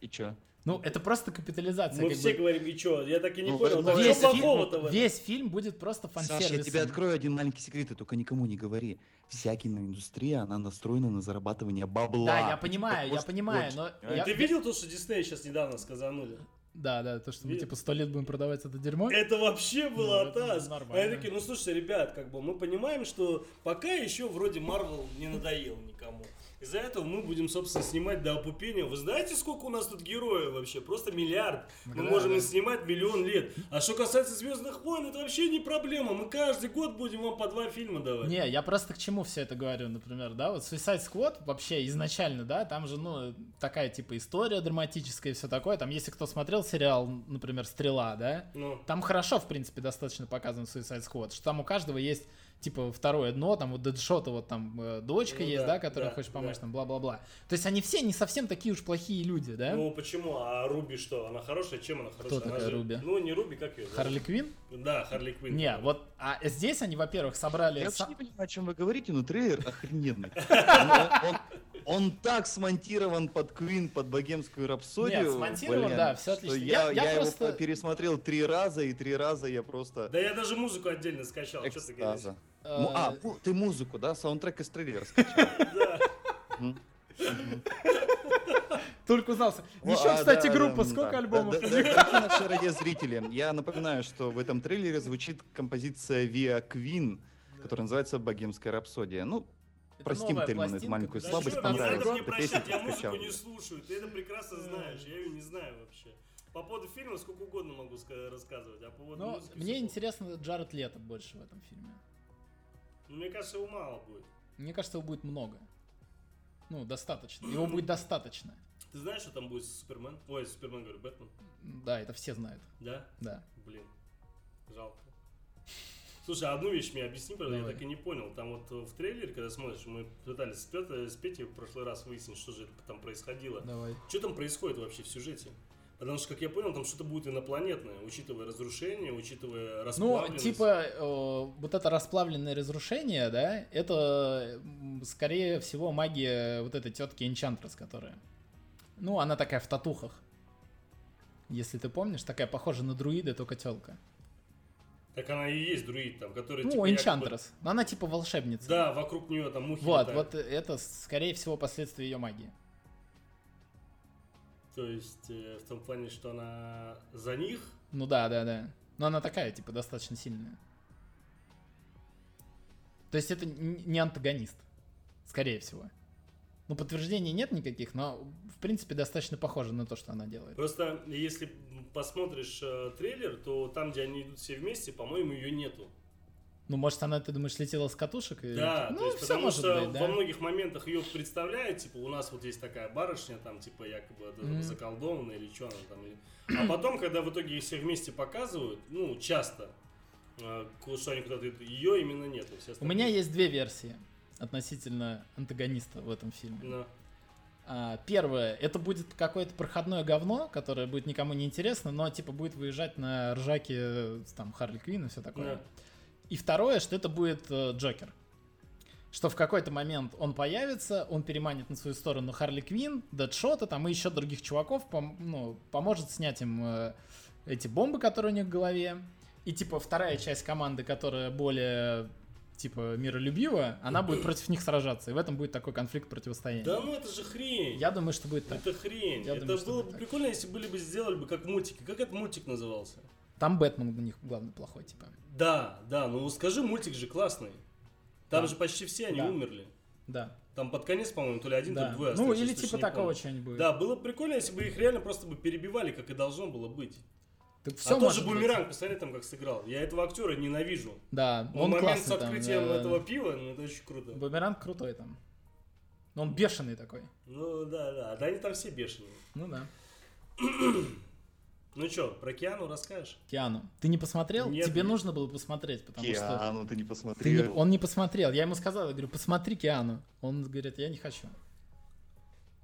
Speaker 3: И чё?
Speaker 2: Ну, это просто капитализация.
Speaker 1: Мы
Speaker 2: как
Speaker 1: все
Speaker 2: бы.
Speaker 1: говорим, и че? Я так и не
Speaker 3: Ну,
Speaker 1: понял.
Speaker 3: в-
Speaker 1: так
Speaker 2: весь
Speaker 1: что
Speaker 2: фильм-
Speaker 1: плохого-то в этом?
Speaker 2: Весь фильм будет просто
Speaker 3: Саш,
Speaker 2: фан-сервисом.
Speaker 3: я тебе открою один маленький секрет, и только никому не говори. Вся киноиндустрия, она настроена на зарабатывание бабла.
Speaker 2: Да, я понимаю, я
Speaker 3: Просто
Speaker 2: понимаю,
Speaker 3: очень.
Speaker 2: но...
Speaker 3: Ты
Speaker 2: я-
Speaker 1: А, Ты видел то, что Дисней сейчас недавно сказанули?
Speaker 2: Да, да, то, что мы
Speaker 1: Видел?
Speaker 2: типа сто лет будем продавать это дерьмо.
Speaker 1: Это вообще было
Speaker 2: Ну, это
Speaker 1: таз.
Speaker 2: нормально.
Speaker 1: Они такие, ну слушайте, ребят, как бы мы понимаем, что пока еще вроде Марвел не надоел никому. Из-за этого мы будем, собственно, снимать до опупения. Вы знаете, сколько у нас тут героев вообще? Просто миллиард.
Speaker 2: Да,
Speaker 1: Мы можем
Speaker 2: да.
Speaker 1: и снимать миллион лет. А что касается Звездных войн, это вообще не проблема. Мы каждый год будем вам по два фильма давать.
Speaker 2: Не, я просто к чему все это говорю, например, да, вот Suicide Squad вообще изначально, да, там же, ну, такая типа история драматическая и все такое, там, если кто смотрел сериал, например, «Стрела», да,
Speaker 1: Ну,
Speaker 2: там хорошо, в принципе, достаточно показан Suicide Squad, что там у каждого есть, типа, второе дно, там у Дэдшота вот там э, дочка
Speaker 1: Ну
Speaker 2: есть,
Speaker 1: да,
Speaker 2: да, которая
Speaker 1: да,
Speaker 2: хочет помочь,
Speaker 1: да.
Speaker 2: там, бла-бла-бла. То есть они все не совсем такие уж плохие люди, да?
Speaker 1: ну почему? А Руби что? Она хорошая? Чем она хорошая? Она
Speaker 2: такая
Speaker 1: же-
Speaker 2: Руби?
Speaker 1: Ну, не Руби, как ее? зовут?
Speaker 2: Харли Квин?
Speaker 1: Да, Харли Квинн.
Speaker 2: Не, вот, а здесь они, во-первых, собрали...
Speaker 3: Я
Speaker 2: са-
Speaker 3: вообще не понимаю, о чем вы говорите, но трейлер охрененный. Он- он- Он так смонтирован под Квин, под богемскую рапсодию.
Speaker 2: Нет, смонтирован,
Speaker 3: блин,
Speaker 2: да, всё
Speaker 3: что
Speaker 2: отлично.
Speaker 3: Я,
Speaker 2: Я- я
Speaker 3: я его
Speaker 2: просто-
Speaker 3: пересмотрел три раза, и три раза я просто
Speaker 1: Да я даже музыку отдельно скачал. Что ты говоришь?
Speaker 3: экстаза. Му- А,
Speaker 2: э,
Speaker 3: му- ты музыку, да, саундтрек из трейлера скачал.
Speaker 1: Да.
Speaker 3: Мгм.
Speaker 2: Только узнался.
Speaker 3: Во,
Speaker 2: Еще,
Speaker 3: а,
Speaker 2: кстати,
Speaker 3: да,
Speaker 2: группа,
Speaker 3: да,
Speaker 2: сколько
Speaker 3: да,
Speaker 2: альбомов?
Speaker 3: да, да, да, дорогие наши радиозрители, я напоминаю, что в этом трейлере звучит композиция Via Queen, которая называется «Богемская рапсодия». Ну,
Speaker 2: Это
Speaker 3: простим
Speaker 2: новая
Speaker 3: Тельмана эту
Speaker 2: пластинка,
Speaker 3: маленькую
Speaker 2: да,
Speaker 1: Да
Speaker 3: слабость,
Speaker 1: чё,
Speaker 2: чё,
Speaker 1: мне
Speaker 2: надо
Speaker 3: понравилась.
Speaker 1: надо мне
Speaker 3: Эта песня
Speaker 1: прощать, я музыку
Speaker 3: прозвучала у
Speaker 1: не
Speaker 3: меня.
Speaker 1: слушаю, ты это прекрасно
Speaker 2: Ну.
Speaker 1: знаешь, я ее не знаю вообще. По поводу фильма сколько угодно могу ска- рассказывать, а по поводу
Speaker 2: Но
Speaker 1: музыки...
Speaker 2: Ну, мне
Speaker 1: всё-
Speaker 2: интересно Джаред Лето больше в этом фильме.
Speaker 1: Ну, мне кажется, его мало будет.
Speaker 2: Мне кажется, его будет много. Ну, достаточно. Его будет достаточно.
Speaker 1: Ты знаешь, что там будет Супермен? Ой, Супермен, говорю, Бэтмен.
Speaker 2: Да, это все знают.
Speaker 1: Да?
Speaker 2: Да.
Speaker 1: Блин, жалко. Слушай, одну вещь мне объясни, правда, я
Speaker 2: Давай.
Speaker 1: так и не понял. Там вот э, в трейлере, когда смотришь, мы пытались с Пет- с Петей в прошлый раз выяснить, что же это там происходило.
Speaker 2: Давай.
Speaker 1: Что там происходит вообще в сюжете? Потому что, как я понял, там что-то будет инопланетное, учитывая разрушение, учитывая
Speaker 2: Ну,
Speaker 1: расплавленность.
Speaker 2: типа, э, вот это расплавленное разрушение, да, это, м, скорее всего, магия вот этой тетки Энчантрес, которая... Ну, она такая в татухах. Если ты помнишь, такая похожа на друида, только телка.
Speaker 1: Так она и есть друид там, который...
Speaker 2: Ну,
Speaker 1: типа, якобы-
Speaker 2: Энчантрес. Но она типа волшебница.
Speaker 1: Да, вокруг нее там мухи
Speaker 2: Вот, вот
Speaker 1: летают.
Speaker 2: это, скорее всего, последствия ее магии.
Speaker 1: То есть э, в том плане, что она за них,
Speaker 2: Ну да, да, да. Но она такая, типа, достаточно сильная. То есть это н- не антагонист, скорее всего. Ну, подтверждений нет никаких, но, в принципе, достаточно похоже на то, что она делает.
Speaker 1: Просто если посмотришь э, трейлер, то там, где они идут все вместе, по-моему, ее нету.
Speaker 2: Ну, может, она, ты думаешь, летела с катушек? и-
Speaker 1: Да,
Speaker 2: ну,
Speaker 1: то есть,
Speaker 2: всё
Speaker 1: потому
Speaker 2: может
Speaker 1: что
Speaker 2: быть, да.
Speaker 1: во многих моментах ее представляют, типа, у нас вот есть такая барышня, там, типа, якобы да,
Speaker 2: Мгм.
Speaker 1: заколдованная или что она там. или- А потом, когда в итоге их все вместе показывают, ну, часто, э, ку- что они куда-то идут, ее именно нету. Все
Speaker 2: У
Speaker 1: остальные-
Speaker 2: меня есть две версии относительно антагониста в этом фильме.
Speaker 1: Да.
Speaker 2: А, первое, это будет какое-то проходное говно, которое будет никому не интересно, но типа будет выезжать на ржаке э, там Харли Квинн и все такое.
Speaker 1: Да.
Speaker 2: И второе, что это будет э, Джокер. Что в какой-то момент он появится, он переманит на свою сторону Харли Квинн, Дэдшота там и еще других чуваков, пом- ну, поможет снять им э, эти бомбы, которые у них в голове. И типа вторая часть команды, которая более типа миролюбива, она будет против них сражаться. И в этом будет такой конфликт противостояния.
Speaker 1: Да ну это же хрень.
Speaker 2: Я думаю, что будет так.
Speaker 1: Это хрень.
Speaker 2: Я
Speaker 1: это
Speaker 2: думаю, что
Speaker 1: было
Speaker 2: будет
Speaker 1: бы
Speaker 2: так.
Speaker 1: прикольно, если были бы сделали бы как мультики. Как этот мультик назывался?
Speaker 2: Там Бэтмен у них главный плохой, типа.
Speaker 1: Да, да, ну скажи, мультик же классный. Там
Speaker 2: Да.
Speaker 1: же почти все они
Speaker 2: Да.
Speaker 1: умерли.
Speaker 2: Да.
Speaker 1: Там под конец, по-моему, то ли один, то
Speaker 2: да.
Speaker 1: ли двое
Speaker 2: ну,
Speaker 1: остались,
Speaker 2: или
Speaker 1: я точно
Speaker 2: типа
Speaker 1: не
Speaker 2: такого
Speaker 1: помню.
Speaker 2: чего-нибудь.
Speaker 1: Да, было бы прикольно, если бы их реально просто бы перебивали, как и должно было быть.
Speaker 2: Так всё
Speaker 1: а тот же
Speaker 2: может быть.
Speaker 1: бумеранг, посмотри там, как сыграл. Я этого актера ненавижу.
Speaker 2: Да,
Speaker 1: Но
Speaker 2: он
Speaker 1: момент с
Speaker 2: классный там,
Speaker 1: открытием
Speaker 2: да, да,
Speaker 1: этого пива, ну это очень круто.
Speaker 2: да. Бумеранг крутой там. Но он бешеный такой.
Speaker 1: Ну да, да. Да они там все бешеные.
Speaker 2: Ну да.
Speaker 1: Ну чё, про Киану расскажешь?
Speaker 2: Киану. Ты не посмотрел?
Speaker 1: Нет,
Speaker 2: Тебе
Speaker 1: нет.
Speaker 2: нужно было посмотреть, потому что...
Speaker 3: Киану, ты не
Speaker 2: ты не-
Speaker 3: посмотрел.
Speaker 2: Он не посмотрел. Я ему сказал, я говорю, посмотри Киану. Он говорит, я не хочу.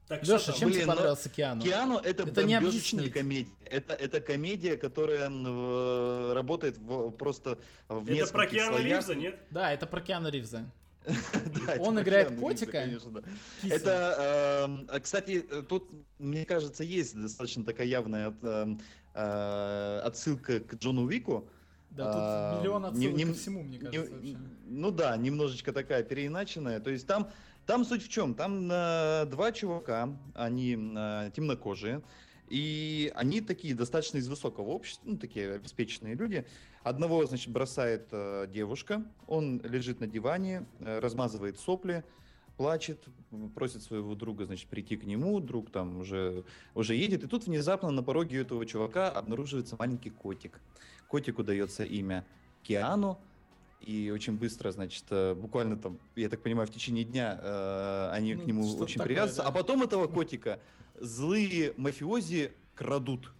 Speaker 1: Так что
Speaker 2: Леша,
Speaker 1: там?
Speaker 2: чем
Speaker 3: Блин,
Speaker 2: тебе
Speaker 3: ну,
Speaker 2: понравился Киану?
Speaker 3: Киану это,
Speaker 2: Это не
Speaker 3: бомбёжечная
Speaker 2: объяснить.
Speaker 3: комедия. Это, это комедия, которая э, работает в- просто в
Speaker 1: Это про
Speaker 3: нескольких
Speaker 1: Киану
Speaker 3: слоях.
Speaker 1: Ливза, нет?
Speaker 2: Да, это про Киану Ривза.
Speaker 3: Да,
Speaker 2: Он
Speaker 3: типа
Speaker 2: играет
Speaker 3: Киану Ривза,
Speaker 2: котика?
Speaker 3: конечно, да. Это, эм, а, кстати, э, тут, мне кажется, есть достаточно такая явная от- эм, э, отсылка к Джону Уику.
Speaker 2: Да,
Speaker 3: А,
Speaker 2: тут миллион
Speaker 3: не-
Speaker 2: отсылок
Speaker 3: не-
Speaker 2: ко всему, мне
Speaker 3: Не-
Speaker 2: кажется, вообще.
Speaker 3: ну да, немножечко такая переиначенная. То есть там, там суть в чем? Там э, два чувака, они э, темнокожие, и они такие достаточно из высокого общества, ну такие обеспеченные люди. Одного, значит, бросает э, девушка, он лежит на диване, э, размазывает сопли, плачет, м, просит своего друга, значит, прийти к нему, друг там уже, уже едет, и тут внезапно на пороге этого чувака обнаруживается маленький котик. Котику дается имя Киану, и очень быстро, значит, э, буквально там, я так понимаю, в течение дня э, они
Speaker 2: Ну,
Speaker 3: к нему
Speaker 2: что-то
Speaker 3: очень
Speaker 2: такое,
Speaker 3: привязываются,
Speaker 2: да.
Speaker 3: а потом этого котика злые мафиози крадут.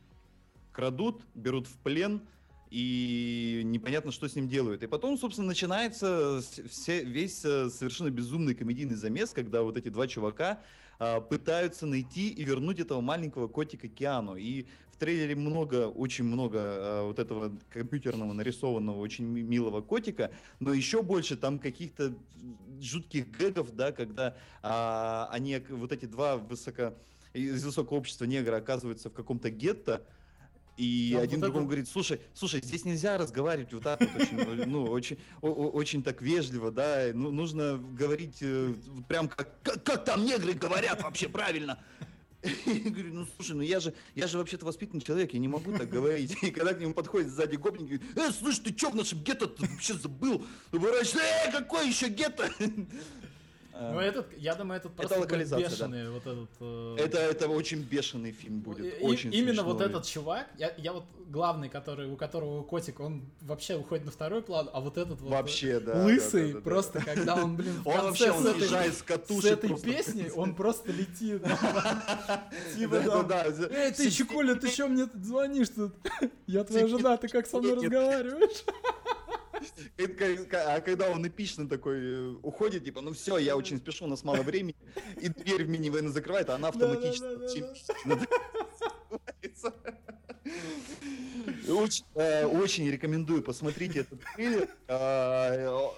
Speaker 3: Крадут, берут в плен, и непонятно, что с ним делают. И потом, собственно, начинается с- все, весь э, совершенно безумный комедийный замес, когда вот эти два чувака а, пытаются найти и вернуть этого маленького котика Киану. И в трейлере много, очень много а, вот этого компьютерного нарисованного, очень ми- милого котика, но еще больше там каких-то жутких гэгов, да, когда а, они, ок- вот эти два высоко, из высокого общества негра оказываются в каком-то гетто, и
Speaker 2: Там
Speaker 3: один
Speaker 2: вот
Speaker 3: другому
Speaker 2: это-
Speaker 3: говорит, слушай, слушай, здесь нельзя разговаривать вот так вот, очень, ну, очень, о- о- очень так вежливо, да, ну, нужно говорить э, вот прям как, как, как там негры говорят вообще правильно. Я говорю, ну слушай, ну я же, я же вообще-то воспитанный человек, я не могу так говорить. И когда к нему подходит сзади гопник, говорит, э, слушай, ты чё в нашем гетто вообще забыл? Поворачивайся, э, какой еще гетто?
Speaker 2: Ну, этот, я думаю, этот просто будет
Speaker 3: локализация, да.
Speaker 2: бешеный, вот этот... э,
Speaker 3: Это, это очень бешеный фильм
Speaker 2: Ну,
Speaker 3: будет.
Speaker 2: и- и-
Speaker 3: очень
Speaker 2: именно
Speaker 3: смешной.
Speaker 2: вот этот чувак, я, я вот главный, который, у которого котик, он вообще уходит на второй план, а вот этот вот
Speaker 3: Вообще,
Speaker 2: э,
Speaker 3: да.
Speaker 2: лысый,
Speaker 3: да, да, да.
Speaker 2: просто когда он, блин, в
Speaker 3: Он
Speaker 2: конце
Speaker 3: вообще,
Speaker 2: с
Speaker 3: он
Speaker 2: этой-
Speaker 3: съезжает с
Speaker 2: с
Speaker 3: катушек
Speaker 2: этой
Speaker 3: просто.
Speaker 2: песней, он просто летит. Типа
Speaker 3: Да,
Speaker 2: там,
Speaker 3: да, да.
Speaker 2: Эй, ты, Чикуля, ты чё мне тут звонишь тут? Я твоя жена, ты как со мной разговариваешь?
Speaker 3: А когда он эпично такой э, уходит, типа, ну все, я очень спешу, у нас мало времени, и дверь в минивэн закрывает, а она автоматически
Speaker 2: Да-да-да-да-да.
Speaker 3: чем- закрывается. Очень, э, очень рекомендую, посмотрите этот трейлер. Э,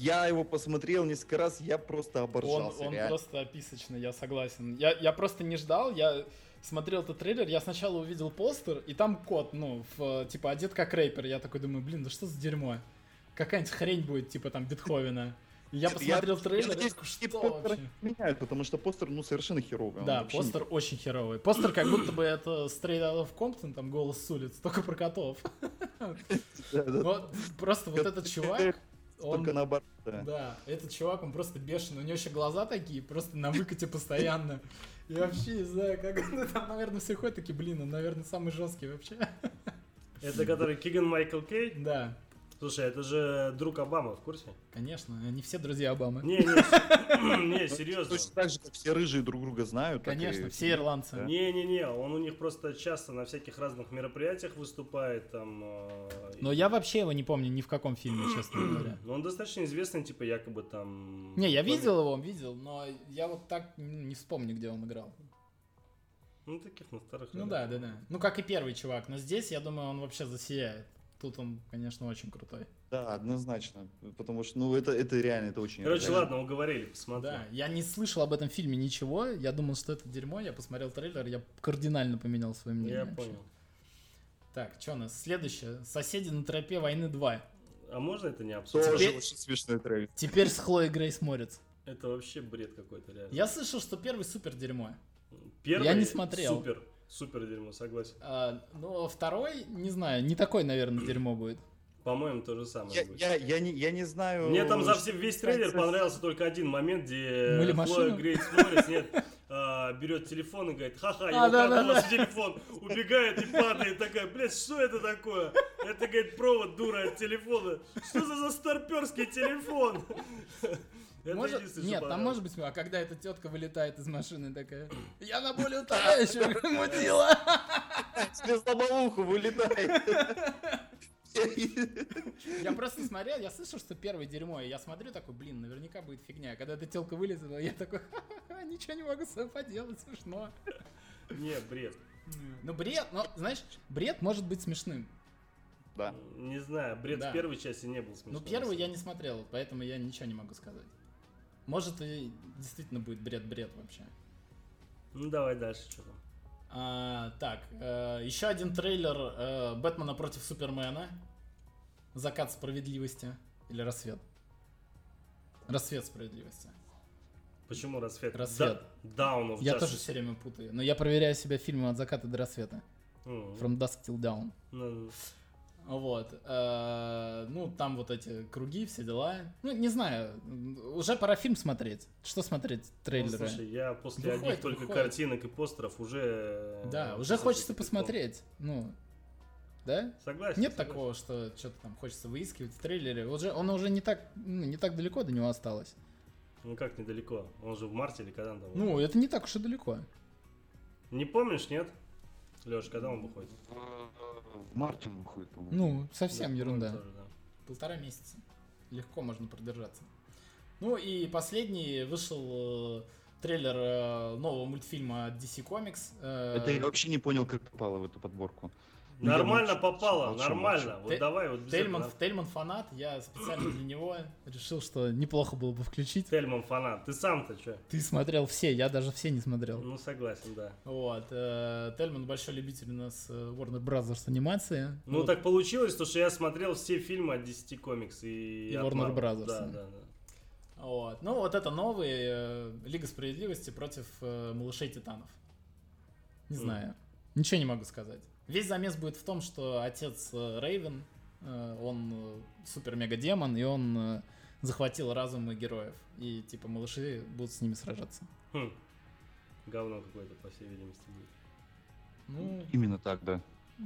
Speaker 3: Я его посмотрел несколько раз, я просто
Speaker 2: Он,
Speaker 3: оборжался.
Speaker 2: он
Speaker 3: реально.
Speaker 2: просто описочный, я согласен. Я, я просто не ждал, я смотрел этот трейлер, я сначала увидел постер, и там кот, ну, в, э, типа, одет как рэпер. Я такой думаю, блин, да что за дерьмо? Какая-нибудь хрень будет, типа, там, Бетховена. И я
Speaker 3: Типа,
Speaker 2: посмотрел трейлер, и
Speaker 3: надеюсь,
Speaker 2: такой,
Speaker 3: и
Speaker 2: что
Speaker 3: постер
Speaker 2: вообще?
Speaker 3: меняют, потому что постер, ну, совершенно херовый. он
Speaker 2: Да,
Speaker 3: типа вообще не-
Speaker 2: постер очень херовый. Постер как будто бы это Straight Out of Compton, там голос с улиц, только про котов.
Speaker 3: Да-да-да.
Speaker 2: Вот, просто Ну, вот этот чувак, он
Speaker 3: Только наоборот, да.
Speaker 2: Да, этот чувак, он просто бешеный. У него еще глаза такие, просто на выкате постоянно. Я вообще не знаю, как он там, наверное, все ходят такие, блин, он, наверное, самый жесткий вообще.
Speaker 1: Это который Киган Майкл Кей?
Speaker 2: Да,
Speaker 1: Слушай, это же друг Обамы, в курсе?
Speaker 2: конечно, они все друзья Обамы.
Speaker 3: Ну,
Speaker 1: Не, не, с- не, серьезно.
Speaker 3: Точно так же, как все рыжие друг друга знают. так и-
Speaker 2: Конечно, все ирландцы.
Speaker 1: Не-не-не, он у них просто часто на всяких разных мероприятиях выступает там. э,
Speaker 2: Но я вообще его не помню ни в каком фильме, честно говоря.
Speaker 1: Ну, он достаточно известный, типа, якобы там...
Speaker 2: Не, я видел его, видел, но я вот так не вспомню, где он играл.
Speaker 1: Ну, таких на старых
Speaker 2: Ну да,
Speaker 1: ролях.
Speaker 2: да, да. Ну как и первый чувак, но здесь, я думаю, он вообще засияет. Тут он, конечно, очень крутой.
Speaker 3: Да, однозначно. Потому что, ну, это, это реально, это очень...
Speaker 1: Короче,
Speaker 3: реально.
Speaker 1: ладно, уговорили, посмотри.
Speaker 2: Да, я не слышал об этом фильме ничего. Я думал, что это дерьмо. Я посмотрел трейлер, я кардинально поменял свое мнение.
Speaker 1: Я
Speaker 2: вообще.
Speaker 1: понял.
Speaker 2: Так, что у нас? Следующее. Соседи на тропе войны 2.
Speaker 1: А можно это не обсудить?
Speaker 3: Тоже
Speaker 2: Теперь-
Speaker 3: очень смешной трейлер.
Speaker 2: Теперь с Хлоей Грейс Морец.
Speaker 1: Это вообще бред какой-то, реально.
Speaker 2: Я слышал, что первый супер дерьмо.
Speaker 1: Первый
Speaker 2: я не смотрел.
Speaker 1: Супер, супер дерьмо, согласен.
Speaker 2: А, ну, а второй, не знаю, не такой, наверное, дерьмо будет.
Speaker 1: По-моему, то же самое
Speaker 3: Я,
Speaker 1: будет.
Speaker 3: я, я, не, я не знаю...
Speaker 1: Мне там за
Speaker 3: что-
Speaker 1: все, весь трейлер понравился только один момент, где э,
Speaker 2: Мыли
Speaker 1: Хлоя
Speaker 2: машину?
Speaker 1: Грейс Моррис, нет, а, берет телефон и говорит, ха-ха,
Speaker 2: А,
Speaker 1: ему
Speaker 2: да, да,
Speaker 1: продался
Speaker 2: да.
Speaker 1: телефон, убегает и падает, такая, блядь, что это такое? Это, говорит, провод, дура, от телефона. Что за застарперский телефон? Это
Speaker 2: Может-
Speaker 1: единственное,
Speaker 2: Нет,
Speaker 1: что
Speaker 2: там
Speaker 1: понравилось.
Speaker 2: может быть, а когда эта тетка вылетает из машины такая, я на более утоляющую мудила.
Speaker 3: Через лобовуху вылетает.
Speaker 2: Я просто смотрел, я слышал, что первое дерьмо, и я смотрю такой, блин, наверняка будет фигня. А Когда эта телка вылезла, я такой, «Ха-ха-ха, ничего не могу с собой поделать, смешно.
Speaker 1: Не, бред.
Speaker 2: Ну, бред, но, знаешь, бред может быть смешным.
Speaker 3: Да.
Speaker 1: Не знаю, бред
Speaker 2: Да.
Speaker 1: в первой части не был
Speaker 2: Но
Speaker 1: смешным.
Speaker 2: первый я не смотрел, поэтому я ничего не могу сказать. Может, и действительно будет бред-бред вообще.
Speaker 1: Ну, давай дальше, что там.
Speaker 2: А, так, еще один трейлер э, Бэтмена против Супермена. Закат справедливости. Или рассвет. Рассвет справедливости.
Speaker 1: Почему рассвет?
Speaker 2: Рассвет.
Speaker 1: Да, Down of
Speaker 2: Я
Speaker 1: Justice.
Speaker 2: тоже все время путаю. Но я проверяю себя фильмом от заката до рассвета.
Speaker 1: М,
Speaker 2: From Dusk Till Dawn.
Speaker 1: ну,
Speaker 2: Вот. э, Ну, там вот эти круги, все дела. Ну, не знаю. м, Уже пора фильм смотреть. Что смотреть
Speaker 1: Ну,
Speaker 2: трейлеры?
Speaker 1: Слушай, я после
Speaker 2: Выходит,
Speaker 1: одних только
Speaker 2: выходит.
Speaker 1: картинок и постеров уже... э,
Speaker 2: Да, уже
Speaker 1: всё-таки
Speaker 2: хочется
Speaker 1: прикол.
Speaker 2: посмотреть. Ну, да?
Speaker 1: Согласен.
Speaker 2: Нет
Speaker 1: согласен.
Speaker 2: такого, что что-то там хочется выискивать в трейлере. Уже, он уже не так, ну, не так далеко до него осталось.
Speaker 1: Ну как недалеко? Он же в марте или когда он там?
Speaker 2: Ну, это не так уж и далеко.
Speaker 1: Не помнишь, нет? Леш, когда он выходит?
Speaker 3: Мартин выходит, по-моему.
Speaker 2: Ну, совсем
Speaker 1: Да,
Speaker 2: ерунда.
Speaker 1: по-моему, тоже, да.
Speaker 2: Полтора месяца. Легко можно продержаться. Ну и последний вышел э, трейлер э, нового мультфильма от DC Comics. э,
Speaker 3: Это я вообще не понял, как попало в эту подборку. Ну, я
Speaker 1: Нормально
Speaker 3: молчу,
Speaker 1: попало,
Speaker 3: молчу,
Speaker 1: нормально.
Speaker 3: молчу.
Speaker 1: Вот
Speaker 2: Те-
Speaker 1: давай, вот без
Speaker 2: Тельман,
Speaker 1: этого.
Speaker 2: Тельман фанат, я специально для него решил, что неплохо было бы включить.
Speaker 1: Тельман фанат. Ты сам-то что?
Speaker 2: Ты смотрел все, я даже все не смотрел.
Speaker 1: Ну согласен, да.
Speaker 2: Вот. э, Тельман большой любитель у нас э, Warner Brothers анимации.
Speaker 1: Ну
Speaker 2: Вот.
Speaker 1: так получилось, то, что я смотрел все фильмы от 10 комикс и...
Speaker 2: И
Speaker 1: от
Speaker 2: Warner
Speaker 1: Marvel.
Speaker 2: Brothers,
Speaker 1: Да,
Speaker 2: да.
Speaker 1: да, да.
Speaker 2: Вот. Ну, вот это новый э, Лига справедливости против э, малышей титанов. Не
Speaker 1: Мгм.
Speaker 2: знаю. Ничего не могу сказать. Весь замес будет в том, что отец э, Рейвен, он э, супер-мега-демон, и он э, захватил разумы героев. И типа малыши будут с ними сражаться.
Speaker 1: Хм. Говно какое-то, по всей видимости, будет.
Speaker 2: Ну,
Speaker 3: Именно так, да.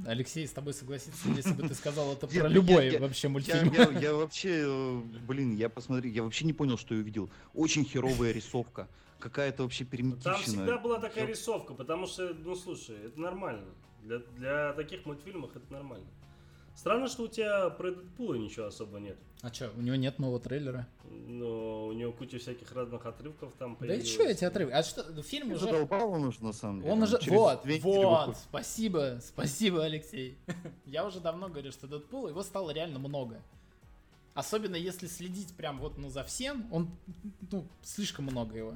Speaker 2: Алексей, с тобой согласится, если бы ты сказал это
Speaker 3: Я-
Speaker 2: про
Speaker 3: я-
Speaker 2: любой
Speaker 3: я-
Speaker 2: вообще
Speaker 3: Я,
Speaker 2: мультфильм.
Speaker 3: я- я вообще, э, блин, я посмотри, я вообще не понял, что я увидел. Очень херовая рисовка. Какая-то вообще перемитичная.
Speaker 1: Там всегда была такая рисовка, потому что, ну слушай, это нормально. Для, для таких мультфильмов это нормально. Странно, что у тебя про Дэдпула ничего особо нет.
Speaker 2: А что, у него нет нового трейлера?
Speaker 1: Но у него куча всяких разных отрывков там
Speaker 2: Да и
Speaker 1: появилось.
Speaker 2: что эти отрывки? А что, фильм
Speaker 3: Уже
Speaker 2: уже...
Speaker 3: задолбал он уже, на самом деле.
Speaker 2: Он уже...
Speaker 3: через
Speaker 2: Вот,
Speaker 3: две недели
Speaker 2: вот,
Speaker 3: выходит.
Speaker 2: спасибо, спасибо, Алексей. Я уже давно говорю, что Дэдпул, его стало реально много. Особенно если следить прям вот ну, за всем, он, ну, слишком много его.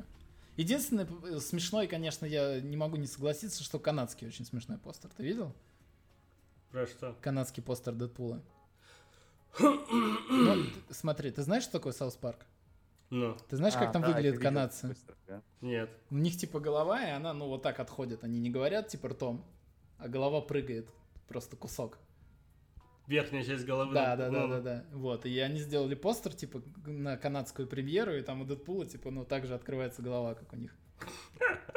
Speaker 2: Единственное, э, смешной, конечно, я не могу не согласиться, что канадский очень смешной постер. Ты видел?
Speaker 1: Про что?
Speaker 2: Канадский постер Дэдпула. Ну, ты- смотри, ты знаешь, что такое Саус Парк?
Speaker 1: Ну,
Speaker 2: Ты знаешь, как
Speaker 3: А,
Speaker 2: там
Speaker 3: да, я
Speaker 2: выглядят
Speaker 3: видел
Speaker 2: канадцы?
Speaker 3: быстро, да.
Speaker 1: нет.
Speaker 2: У них типа голова, и она, ну, вот так отходит. Они не говорят, типа, ртом, а голова прыгает. Просто кусок.
Speaker 1: Верхняя часть головы.
Speaker 2: Да, да, да,
Speaker 1: ну,
Speaker 2: да, да. Вот. И они сделали постер, типа, на канадскую премьеру, и там у Дэдпула, типа, ну, также открывается голова, как у них.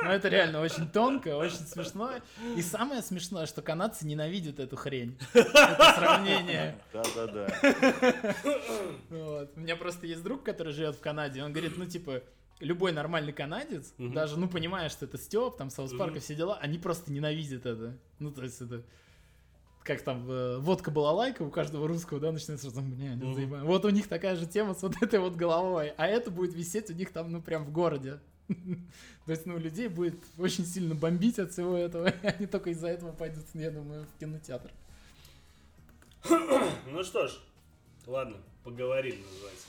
Speaker 2: Ну, это реально очень тонко, очень смешно. И самое смешное, что канадцы ненавидят эту хрень. Это сравнение.
Speaker 3: Да, да, да.
Speaker 2: Вот. У меня просто есть друг, который живет в Канаде. Он говорит, ну, типа, любой нормальный канадец,
Speaker 1: Мгм.
Speaker 2: даже, ну, понимая, что это Степ, там, Саус Парк и
Speaker 1: Мгм.
Speaker 2: все дела, они просто ненавидят это. Ну, то есть это... Как там, э, водка была лайка у каждого русского, да, начинается сразу, не, не
Speaker 1: Мгм.
Speaker 2: заебали». Вот у них такая же тема с вот этой вот головой, а это будет висеть у них там, ну, прям в городе. То есть, ну, людей будет очень сильно бомбить от всего этого, и они только из-за этого пойдут, я думаю, в кинотеатр.
Speaker 1: Ну что ж, ладно, поговорили, называется.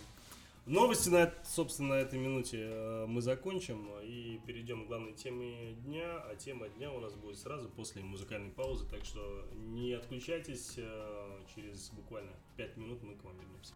Speaker 1: Новости, на, собственно, на этой минуте э, мы закончим и перейдем к главной теме дня. А тема дня у нас будет сразу после музыкальной паузы, так что не отключайтесь, э, через буквально 5 минут мы к вам вернемся.